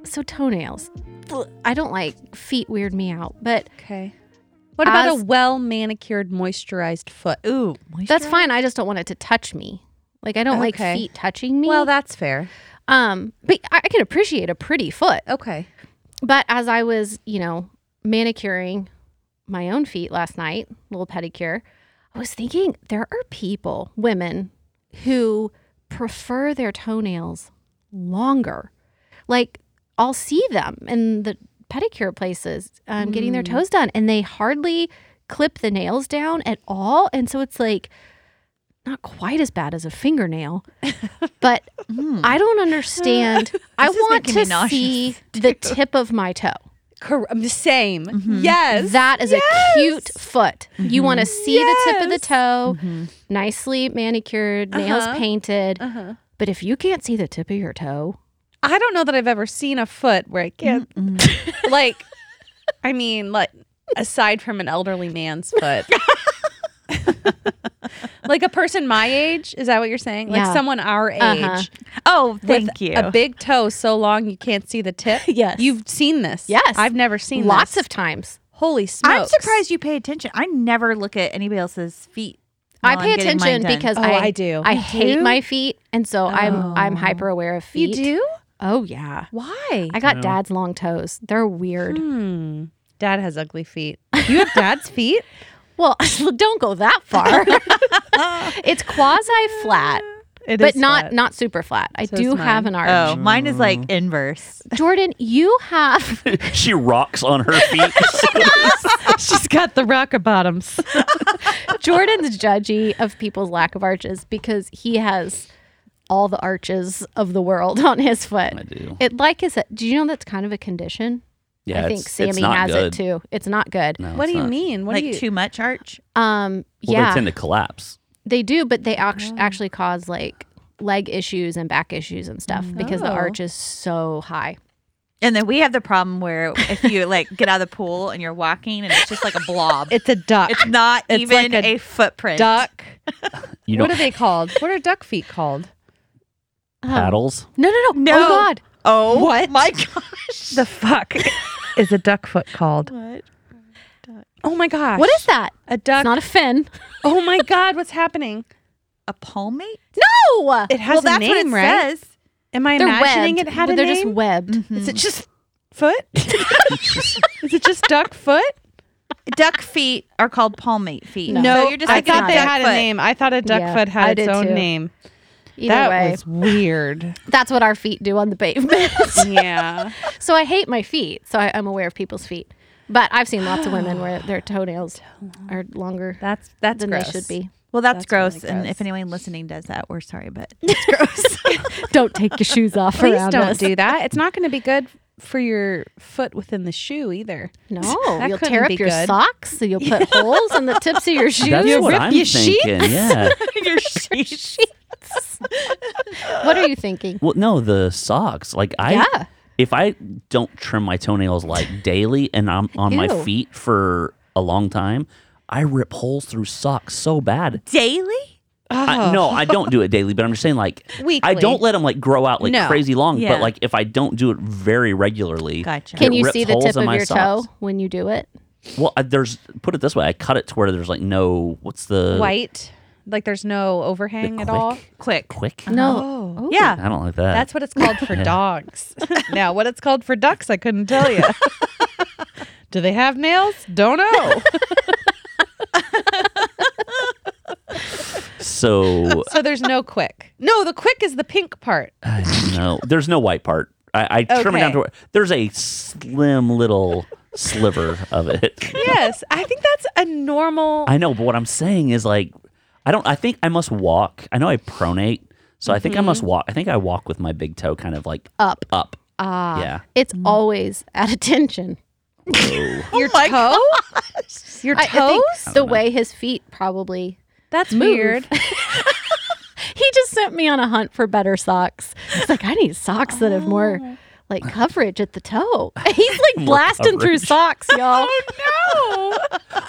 [SPEAKER 1] so toenails. Ugh, I don't like feet weird me out, but
[SPEAKER 2] Okay. What about
[SPEAKER 1] As-
[SPEAKER 2] a well manicured, moisturized foot?
[SPEAKER 3] Ooh,
[SPEAKER 1] that's fine. I just don't want it to touch me. Like I don't like
[SPEAKER 2] Okay.
[SPEAKER 1] feet touching me.
[SPEAKER 2] Well, that's fair.
[SPEAKER 1] um, but I, I can appreciate a pretty foot.
[SPEAKER 2] Okay.
[SPEAKER 1] But as I was, you know, manicuring my own feet last night, little pedicure, I was thinking there are people, women, who prefer their toenails longer. Like I'll see them in the pedicure places um, getting their toes done, and they hardly clip the nails down at all. And so it's like not quite as bad as a fingernail, but
[SPEAKER 2] Hmm.
[SPEAKER 1] I don't
[SPEAKER 2] <laughs>
[SPEAKER 1] understand. I
[SPEAKER 3] This is
[SPEAKER 1] want
[SPEAKER 3] making me
[SPEAKER 1] to
[SPEAKER 3] nauseous.
[SPEAKER 1] see the tip of my toe.
[SPEAKER 2] Cor- um, same. Yes. Mm-hmm.
[SPEAKER 1] That is a cute foot. You want to see the tip of the
[SPEAKER 2] Yes. Mm-hmm.
[SPEAKER 1] toe, nicely manicured, nails
[SPEAKER 2] Uh-huh.
[SPEAKER 1] painted.
[SPEAKER 2] Uh-huh.
[SPEAKER 1] But if you can't see the tip of your toe,
[SPEAKER 2] I don't know that I've ever seen a foot where I can't. <laughs> like, I mean, like aside from an elderly man's foot. like a person my age, is that what you're saying? Like
[SPEAKER 1] Yeah.
[SPEAKER 2] someone our age.
[SPEAKER 1] Uh-huh.
[SPEAKER 3] Oh, thank
[SPEAKER 2] with
[SPEAKER 3] you.
[SPEAKER 2] A big toe so long you can't see the tip.
[SPEAKER 1] Yes.
[SPEAKER 2] You've seen this.
[SPEAKER 1] Yes.
[SPEAKER 2] I've never seen
[SPEAKER 1] lots
[SPEAKER 2] this.
[SPEAKER 1] of times.
[SPEAKER 2] holy smokes.
[SPEAKER 3] I'm surprised you pay attention. I never look at anybody else's feet.
[SPEAKER 1] I
[SPEAKER 3] while
[SPEAKER 1] pay
[SPEAKER 3] I'm getting mine
[SPEAKER 1] attention
[SPEAKER 3] done.
[SPEAKER 1] because
[SPEAKER 2] Oh,
[SPEAKER 1] I,
[SPEAKER 2] I do.
[SPEAKER 1] I
[SPEAKER 2] You
[SPEAKER 1] hate
[SPEAKER 2] do? Oh.
[SPEAKER 1] my feet, and so I'm I'm hyper aware of
[SPEAKER 2] You
[SPEAKER 1] feet.
[SPEAKER 2] do?
[SPEAKER 1] Oh yeah.
[SPEAKER 2] Why?
[SPEAKER 1] I got dad's long toes. They're weird.
[SPEAKER 2] Hmm. Dad has ugly feet. You have dad's feet?
[SPEAKER 1] Well, <laughs> don't go that far. it's quasi flat,
[SPEAKER 2] <laughs> It
[SPEAKER 1] but
[SPEAKER 2] is
[SPEAKER 1] not
[SPEAKER 2] flat.
[SPEAKER 1] not super flat. I
[SPEAKER 2] So
[SPEAKER 1] do
[SPEAKER 2] it's
[SPEAKER 1] have an
[SPEAKER 2] mine.
[SPEAKER 1] arch.
[SPEAKER 2] <laughs>
[SPEAKER 3] Oh, mine is
[SPEAKER 4] Mm.
[SPEAKER 3] like inverse.
[SPEAKER 1] Jordan, you have <laughs>
[SPEAKER 4] she rocks on her feet.
[SPEAKER 2] <laughs> She's got the rocker bottoms.
[SPEAKER 1] Jordan's judgy of people's lack of arches because he has all the arches of the world <laughs> on his foot.
[SPEAKER 4] I do.
[SPEAKER 1] It like is it? Do you know that's kind of a condition?
[SPEAKER 4] Yeah,
[SPEAKER 1] I think
[SPEAKER 4] it's-
[SPEAKER 1] Sammy
[SPEAKER 4] it's not
[SPEAKER 1] has it
[SPEAKER 4] good.
[SPEAKER 1] too. It's not good.
[SPEAKER 4] No,
[SPEAKER 2] what
[SPEAKER 4] it's
[SPEAKER 2] do you
[SPEAKER 4] not.
[SPEAKER 2] mean? What
[SPEAKER 3] like
[SPEAKER 2] do you
[SPEAKER 3] too much arch.
[SPEAKER 1] Um,
[SPEAKER 4] Well,
[SPEAKER 1] yeah,
[SPEAKER 4] they tend to collapse.
[SPEAKER 1] they do, but they act-
[SPEAKER 2] Oh.
[SPEAKER 1] actually cause like leg issues and back issues and stuff because the
[SPEAKER 2] Oh.
[SPEAKER 1] arch is so high.
[SPEAKER 3] And then we have the problem where if you like get out of the pool and you're walking and it's just like a blob.
[SPEAKER 2] It's a duck.
[SPEAKER 3] It's not
[SPEAKER 2] It's
[SPEAKER 3] even
[SPEAKER 2] like a
[SPEAKER 3] a, footprint.
[SPEAKER 2] duck.
[SPEAKER 4] You
[SPEAKER 2] What
[SPEAKER 4] know,
[SPEAKER 2] are they called? What are duck feet called?
[SPEAKER 4] paddles.
[SPEAKER 1] No, no, no,
[SPEAKER 3] No.
[SPEAKER 1] Oh God,
[SPEAKER 3] Oh
[SPEAKER 2] What?
[SPEAKER 3] my gosh.
[SPEAKER 2] The fuck is a duck foot called?
[SPEAKER 3] What?
[SPEAKER 2] Oh my gosh.
[SPEAKER 1] what is that?
[SPEAKER 2] a
[SPEAKER 1] It's
[SPEAKER 2] duck?
[SPEAKER 1] not a fin. <laughs>
[SPEAKER 2] oh my god, what's happening?
[SPEAKER 3] a palmate?
[SPEAKER 1] No,
[SPEAKER 2] It has
[SPEAKER 3] well,
[SPEAKER 2] a
[SPEAKER 3] that's
[SPEAKER 2] name,
[SPEAKER 3] what it
[SPEAKER 2] right?
[SPEAKER 3] says.
[SPEAKER 2] Am I
[SPEAKER 1] they're
[SPEAKER 2] imagining
[SPEAKER 1] webbed.
[SPEAKER 2] it had a
[SPEAKER 1] they're
[SPEAKER 2] name?
[SPEAKER 1] just webbed. Is it just
[SPEAKER 2] foot? Is it just duck foot?
[SPEAKER 3] Duck feet are called palmate feet. so you're just
[SPEAKER 2] I
[SPEAKER 3] thinking
[SPEAKER 2] thought
[SPEAKER 3] of
[SPEAKER 2] they
[SPEAKER 3] duck
[SPEAKER 2] had a
[SPEAKER 3] foot.
[SPEAKER 2] name. I thought a duck
[SPEAKER 1] Yeah,
[SPEAKER 2] foot
[SPEAKER 1] I
[SPEAKER 2] had its
[SPEAKER 1] did
[SPEAKER 2] own
[SPEAKER 1] too.
[SPEAKER 2] name.
[SPEAKER 1] either
[SPEAKER 2] that
[SPEAKER 1] way? <laughs>
[SPEAKER 2] was weird.
[SPEAKER 1] That's what our feet do on the pavement. <laughs>
[SPEAKER 2] yeah.
[SPEAKER 1] so I hate my feet. So I, I'm aware of people's feet. But I've seen <gasps> lots of women where their toenails are longer
[SPEAKER 2] That's that's
[SPEAKER 1] than
[SPEAKER 2] gross.
[SPEAKER 1] they should be.
[SPEAKER 3] Well, that's, gross,
[SPEAKER 2] really
[SPEAKER 3] And
[SPEAKER 2] gross.
[SPEAKER 3] if anyone listening does that, we're sorry, but
[SPEAKER 1] <laughs>
[SPEAKER 2] <laughs>
[SPEAKER 1] Don't take your shoes off
[SPEAKER 2] Please
[SPEAKER 1] around
[SPEAKER 2] don't
[SPEAKER 1] us.
[SPEAKER 2] do that. It's not going to be good for your foot within the shoe either.
[SPEAKER 1] <laughs> No,
[SPEAKER 2] That
[SPEAKER 1] you'll
[SPEAKER 2] couldn't
[SPEAKER 1] tear up
[SPEAKER 2] be
[SPEAKER 1] your
[SPEAKER 2] good.
[SPEAKER 1] socks. So you'll <laughs> put holes in the tips <laughs> of your shoes.
[SPEAKER 4] That's
[SPEAKER 2] You
[SPEAKER 4] what
[SPEAKER 2] rip
[SPEAKER 4] I'm
[SPEAKER 2] your sheets? <laughs>
[SPEAKER 4] thinking. Yeah.
[SPEAKER 1] <laughs> what are you thinking?
[SPEAKER 4] Well, no, the socks. Like I,
[SPEAKER 1] Yeah.
[SPEAKER 4] if I don't trim my toenails like daily and I'm on my
[SPEAKER 1] Ew.
[SPEAKER 4] feet for a long time, I rip holes through socks so bad.
[SPEAKER 3] daily?
[SPEAKER 4] I, no, I don't do it daily, but I'm just saying like I
[SPEAKER 2] Oh. Weekly.
[SPEAKER 4] don't let them like grow out like
[SPEAKER 2] No.
[SPEAKER 4] crazy long.
[SPEAKER 3] Yeah.
[SPEAKER 4] But like if I don't do it very regularly,
[SPEAKER 3] Gotcha.
[SPEAKER 1] Can
[SPEAKER 4] it
[SPEAKER 1] you
[SPEAKER 4] rips
[SPEAKER 1] see the
[SPEAKER 4] holes
[SPEAKER 1] tip
[SPEAKER 4] in
[SPEAKER 1] of
[SPEAKER 4] my
[SPEAKER 1] your
[SPEAKER 4] socks.
[SPEAKER 1] toe when you do it?
[SPEAKER 4] Well, I, there's put it this way, I cut it to where there's like no what's the
[SPEAKER 2] White. Like there's no overhang at all.
[SPEAKER 3] Quick.
[SPEAKER 4] quick- quick?
[SPEAKER 1] No.
[SPEAKER 2] Oh.
[SPEAKER 1] Ooh.
[SPEAKER 3] Oh, Yeah.
[SPEAKER 4] I don't like that.
[SPEAKER 2] That's what it's called for dogs. <laughs> now, what it's called for ducks, I couldn't tell you. <laughs> Do they have nails? Don't know. <laughs>
[SPEAKER 4] so
[SPEAKER 2] so there's no quick. No, the quick is the pink part.
[SPEAKER 4] No, there's no white part. I, I trim it down to
[SPEAKER 2] Okay.
[SPEAKER 4] where there's a slim little sliver of it.
[SPEAKER 2] Yes, I think that's a normal.
[SPEAKER 4] I know, but what I'm saying is like, I don't. I think I must walk. I know I pronate, so I think I
[SPEAKER 2] Mm-hmm.
[SPEAKER 4] must walk. I think I walk with my big toe kind of like
[SPEAKER 1] Up.
[SPEAKER 4] up.
[SPEAKER 2] Ah,
[SPEAKER 4] yeah.
[SPEAKER 1] It's always at attention.
[SPEAKER 4] Oh.
[SPEAKER 2] your toe, your
[SPEAKER 1] I, I
[SPEAKER 2] toes.
[SPEAKER 1] think the way his feet probably
[SPEAKER 2] that's
[SPEAKER 1] move.
[SPEAKER 2] weird.
[SPEAKER 1] He just sent me on a hunt for better socks. He's like, I need socks that have
[SPEAKER 4] Oh.
[SPEAKER 1] more like coverage at the toe. <laughs> He's like blasting through
[SPEAKER 4] coverage.
[SPEAKER 1] socks,
[SPEAKER 4] <laughs>
[SPEAKER 1] y'all.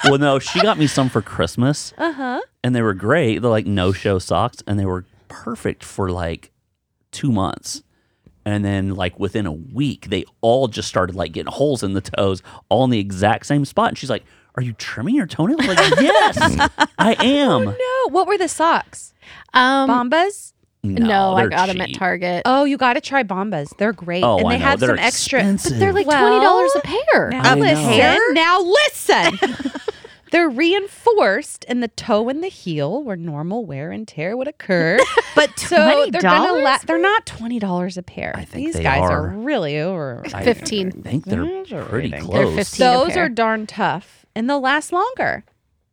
[SPEAKER 4] Well, no, she got me some for Christmas,
[SPEAKER 2] Uh-huh.
[SPEAKER 4] and they were great. They're like no-show socks, and they were perfect for like two months. And then, like within a week, they all just started like getting holes in the toes, all in the exact same spot. And she's like, "Are you trimming your toenails?" I'm like, yes,
[SPEAKER 1] <laughs>
[SPEAKER 4] I am.
[SPEAKER 2] No, what were the socks?
[SPEAKER 1] Um,
[SPEAKER 2] Bombas.
[SPEAKER 1] no, I
[SPEAKER 4] they're
[SPEAKER 1] got him at
[SPEAKER 4] cheap.
[SPEAKER 1] Target.
[SPEAKER 2] Oh, you got to try bombas. They're great,
[SPEAKER 4] Oh,
[SPEAKER 2] and
[SPEAKER 4] I
[SPEAKER 2] they
[SPEAKER 4] know.
[SPEAKER 2] had
[SPEAKER 4] they're
[SPEAKER 2] some extra.
[SPEAKER 4] expensive.
[SPEAKER 1] They're like
[SPEAKER 2] Well,
[SPEAKER 1] twenty dollars a pair.
[SPEAKER 2] Now
[SPEAKER 4] I know.
[SPEAKER 2] listen. Now listen. They're reinforced, and the toe and the heel where normal wear and tear would occur.
[SPEAKER 3] But
[SPEAKER 2] <laughs> So they're gonna
[SPEAKER 3] $20?
[SPEAKER 2] la- they're not twenty dollars a pair.
[SPEAKER 4] I think
[SPEAKER 2] These
[SPEAKER 4] they
[SPEAKER 2] guys are.
[SPEAKER 4] are.
[SPEAKER 2] really over.
[SPEAKER 4] I
[SPEAKER 1] 15.
[SPEAKER 4] think they're
[SPEAKER 1] Mm-hmm.
[SPEAKER 2] Those are
[SPEAKER 4] pretty
[SPEAKER 2] rating.
[SPEAKER 4] close.
[SPEAKER 2] They're
[SPEAKER 1] 15. a
[SPEAKER 2] Those
[SPEAKER 1] pair.
[SPEAKER 2] are darn tough, and they'll last longer,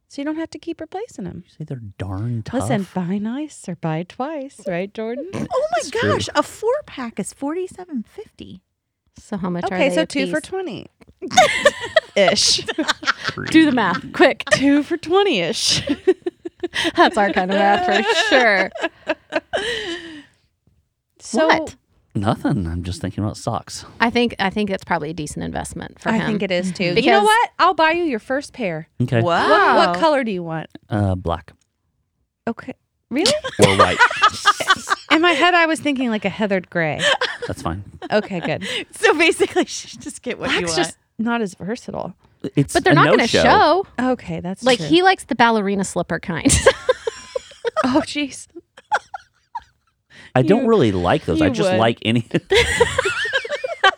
[SPEAKER 2] so you don't have to keep replacing them.
[SPEAKER 4] Say they're darn tough.
[SPEAKER 2] Listen, buy nice or buy twice, right, Jordan?
[SPEAKER 3] Oh my
[SPEAKER 4] It's true.
[SPEAKER 3] gosh, a four pack is forty seven fifty.
[SPEAKER 1] So how much? are
[SPEAKER 2] okay,
[SPEAKER 1] they
[SPEAKER 2] so
[SPEAKER 1] a
[SPEAKER 2] two for
[SPEAKER 1] piece?
[SPEAKER 2] twenty, ish.
[SPEAKER 1] Do the math quick.
[SPEAKER 2] two for twenty ish.
[SPEAKER 1] That's our kind of math <laughs> for sure.
[SPEAKER 2] So
[SPEAKER 1] What?
[SPEAKER 4] nothing. I'm just thinking about socks.
[SPEAKER 1] I think I think that's probably a decent investment for
[SPEAKER 2] I
[SPEAKER 1] him.
[SPEAKER 2] think it is too. you know
[SPEAKER 1] Because-
[SPEAKER 2] what? I'll buy you your first pair.
[SPEAKER 4] Okay,
[SPEAKER 3] Wow.
[SPEAKER 2] What, what color do you want?
[SPEAKER 4] Uh, black
[SPEAKER 2] Okay, really?
[SPEAKER 4] or
[SPEAKER 1] <laughs>
[SPEAKER 4] white.
[SPEAKER 2] In my head, I was thinking like a heathered gray.
[SPEAKER 4] That's fine.
[SPEAKER 2] Okay, good.
[SPEAKER 3] So basically, <laughs> she should just get what you
[SPEAKER 2] Black's
[SPEAKER 3] want.
[SPEAKER 2] just not as versatile.
[SPEAKER 4] It's
[SPEAKER 1] But they're
[SPEAKER 4] a
[SPEAKER 1] not going to
[SPEAKER 4] no-show.
[SPEAKER 1] show.
[SPEAKER 2] Okay, that's
[SPEAKER 1] Like
[SPEAKER 2] true.
[SPEAKER 1] he likes the ballerina slipper kind.
[SPEAKER 2] <laughs>
[SPEAKER 1] <laughs>
[SPEAKER 2] Oh, jeez.
[SPEAKER 4] I don't
[SPEAKER 2] You-
[SPEAKER 4] really like those. I
[SPEAKER 2] you
[SPEAKER 4] just
[SPEAKER 2] would.
[SPEAKER 4] like
[SPEAKER 2] <laughs>
[SPEAKER 4] any.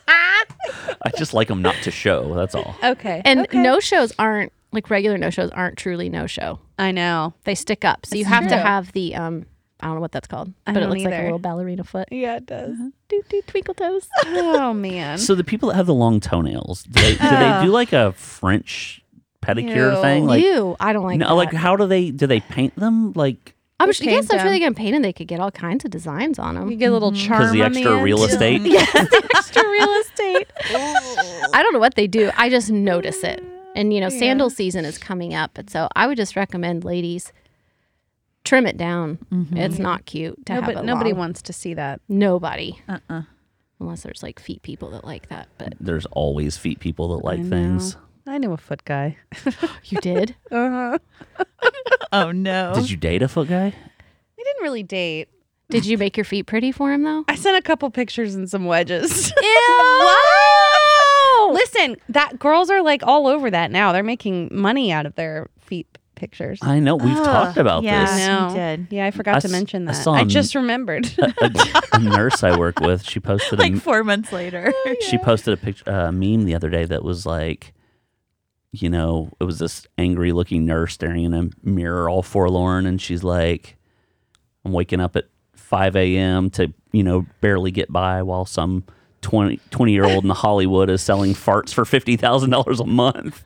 [SPEAKER 4] I just like them not to show. That's all.
[SPEAKER 2] Okay.
[SPEAKER 1] and
[SPEAKER 2] okay.
[SPEAKER 1] no shows aren't like regular no shows aren't truly no show.
[SPEAKER 2] I know.
[SPEAKER 1] They stick up. So you
[SPEAKER 2] That's
[SPEAKER 1] have to
[SPEAKER 2] true.
[SPEAKER 1] have the um I don't know what that's called,
[SPEAKER 2] I
[SPEAKER 1] but it
[SPEAKER 2] don't
[SPEAKER 1] looks like a
[SPEAKER 2] either.
[SPEAKER 1] little ballerina foot.
[SPEAKER 2] Yeah, it <laughs> does.
[SPEAKER 1] Do do twinkle toes.
[SPEAKER 2] Oh man.
[SPEAKER 4] So the people that have the long toenails, do they, do, they
[SPEAKER 2] Uh.
[SPEAKER 4] do like a French pedicure
[SPEAKER 2] Ew.
[SPEAKER 4] thing? <laughs> Like,
[SPEAKER 1] Ew, I don't like
[SPEAKER 4] no,
[SPEAKER 1] that.
[SPEAKER 4] like how do they do they paint them? Like
[SPEAKER 1] I'm
[SPEAKER 2] They
[SPEAKER 1] sure yes,
[SPEAKER 2] paint
[SPEAKER 1] I'm sure they can
[SPEAKER 2] them.
[SPEAKER 1] paint and they could get all kinds of designs on them.
[SPEAKER 2] you get a little charm
[SPEAKER 4] because the
[SPEAKER 2] on
[SPEAKER 4] extra
[SPEAKER 2] end.
[SPEAKER 4] real estate.
[SPEAKER 1] extra real estate. I don't know what they do. I just notice it. And you know, sandal season is coming up, and so I would just recommend ladies trim it down. It's not cute to
[SPEAKER 2] No,
[SPEAKER 1] have
[SPEAKER 2] but
[SPEAKER 1] it
[SPEAKER 2] <laughs> Mm-hmm. nobody
[SPEAKER 1] long.
[SPEAKER 2] wants to see that.
[SPEAKER 1] Nobody,
[SPEAKER 3] Uh-uh.
[SPEAKER 1] unless there's like feet people that like that.
[SPEAKER 2] <laughs>
[SPEAKER 1] But
[SPEAKER 4] There's always feet people that
[SPEAKER 2] I
[SPEAKER 4] like
[SPEAKER 2] know.
[SPEAKER 4] things.
[SPEAKER 2] I knew a foot guy.
[SPEAKER 1] you did.
[SPEAKER 2] Uh-huh.
[SPEAKER 3] Oh no.
[SPEAKER 4] Did you date a foot guy?
[SPEAKER 2] We didn't really date.
[SPEAKER 1] did you make your feet pretty for him though?
[SPEAKER 2] I sent a couple pictures and some wedges. <laughs>
[SPEAKER 3] Wow.
[SPEAKER 2] Listen, that girls are like all over that now. They're making money out of their feet pictures.
[SPEAKER 4] I know we've talked about
[SPEAKER 3] yeah.
[SPEAKER 4] this.
[SPEAKER 3] No. you did.
[SPEAKER 2] Yeah, Oh, I forgot
[SPEAKER 4] I
[SPEAKER 2] to
[SPEAKER 4] s-
[SPEAKER 2] mention
[SPEAKER 4] I
[SPEAKER 2] that.
[SPEAKER 4] saw
[SPEAKER 2] I
[SPEAKER 4] him-
[SPEAKER 2] just remembered. <laughs>
[SPEAKER 4] A, a nurse I work with, she posted a,
[SPEAKER 3] like four months later.
[SPEAKER 2] <laughs>
[SPEAKER 4] she posted a picture a meme the other day that was like you know it was this angry looking nurse staring in a mirror all forlorn and she's like i'm waking up at 5 a.m to you know barely get by while some 20, 20 year old in hollywood is selling farts for $50000 a month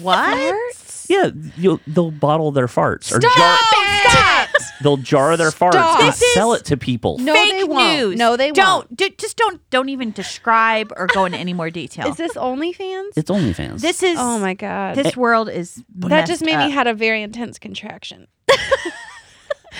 [SPEAKER 3] what?
[SPEAKER 4] yeah you'll, they'll bottle their farts or jar,
[SPEAKER 3] Stop!
[SPEAKER 4] they'll jar their farts
[SPEAKER 2] Stop.
[SPEAKER 4] and
[SPEAKER 2] This
[SPEAKER 4] sell
[SPEAKER 3] is-
[SPEAKER 4] it to people
[SPEAKER 2] No,
[SPEAKER 3] Fake
[SPEAKER 2] they won't.
[SPEAKER 3] news.
[SPEAKER 2] No, they
[SPEAKER 3] don't. D- just don't. Don't even describe or go into any more detail.
[SPEAKER 2] Is this OnlyFans?
[SPEAKER 4] it's onlyfans
[SPEAKER 3] this is.
[SPEAKER 2] oh my god.
[SPEAKER 3] This world is.
[SPEAKER 2] that just made
[SPEAKER 3] up.
[SPEAKER 2] me had a very intense contraction. <laughs>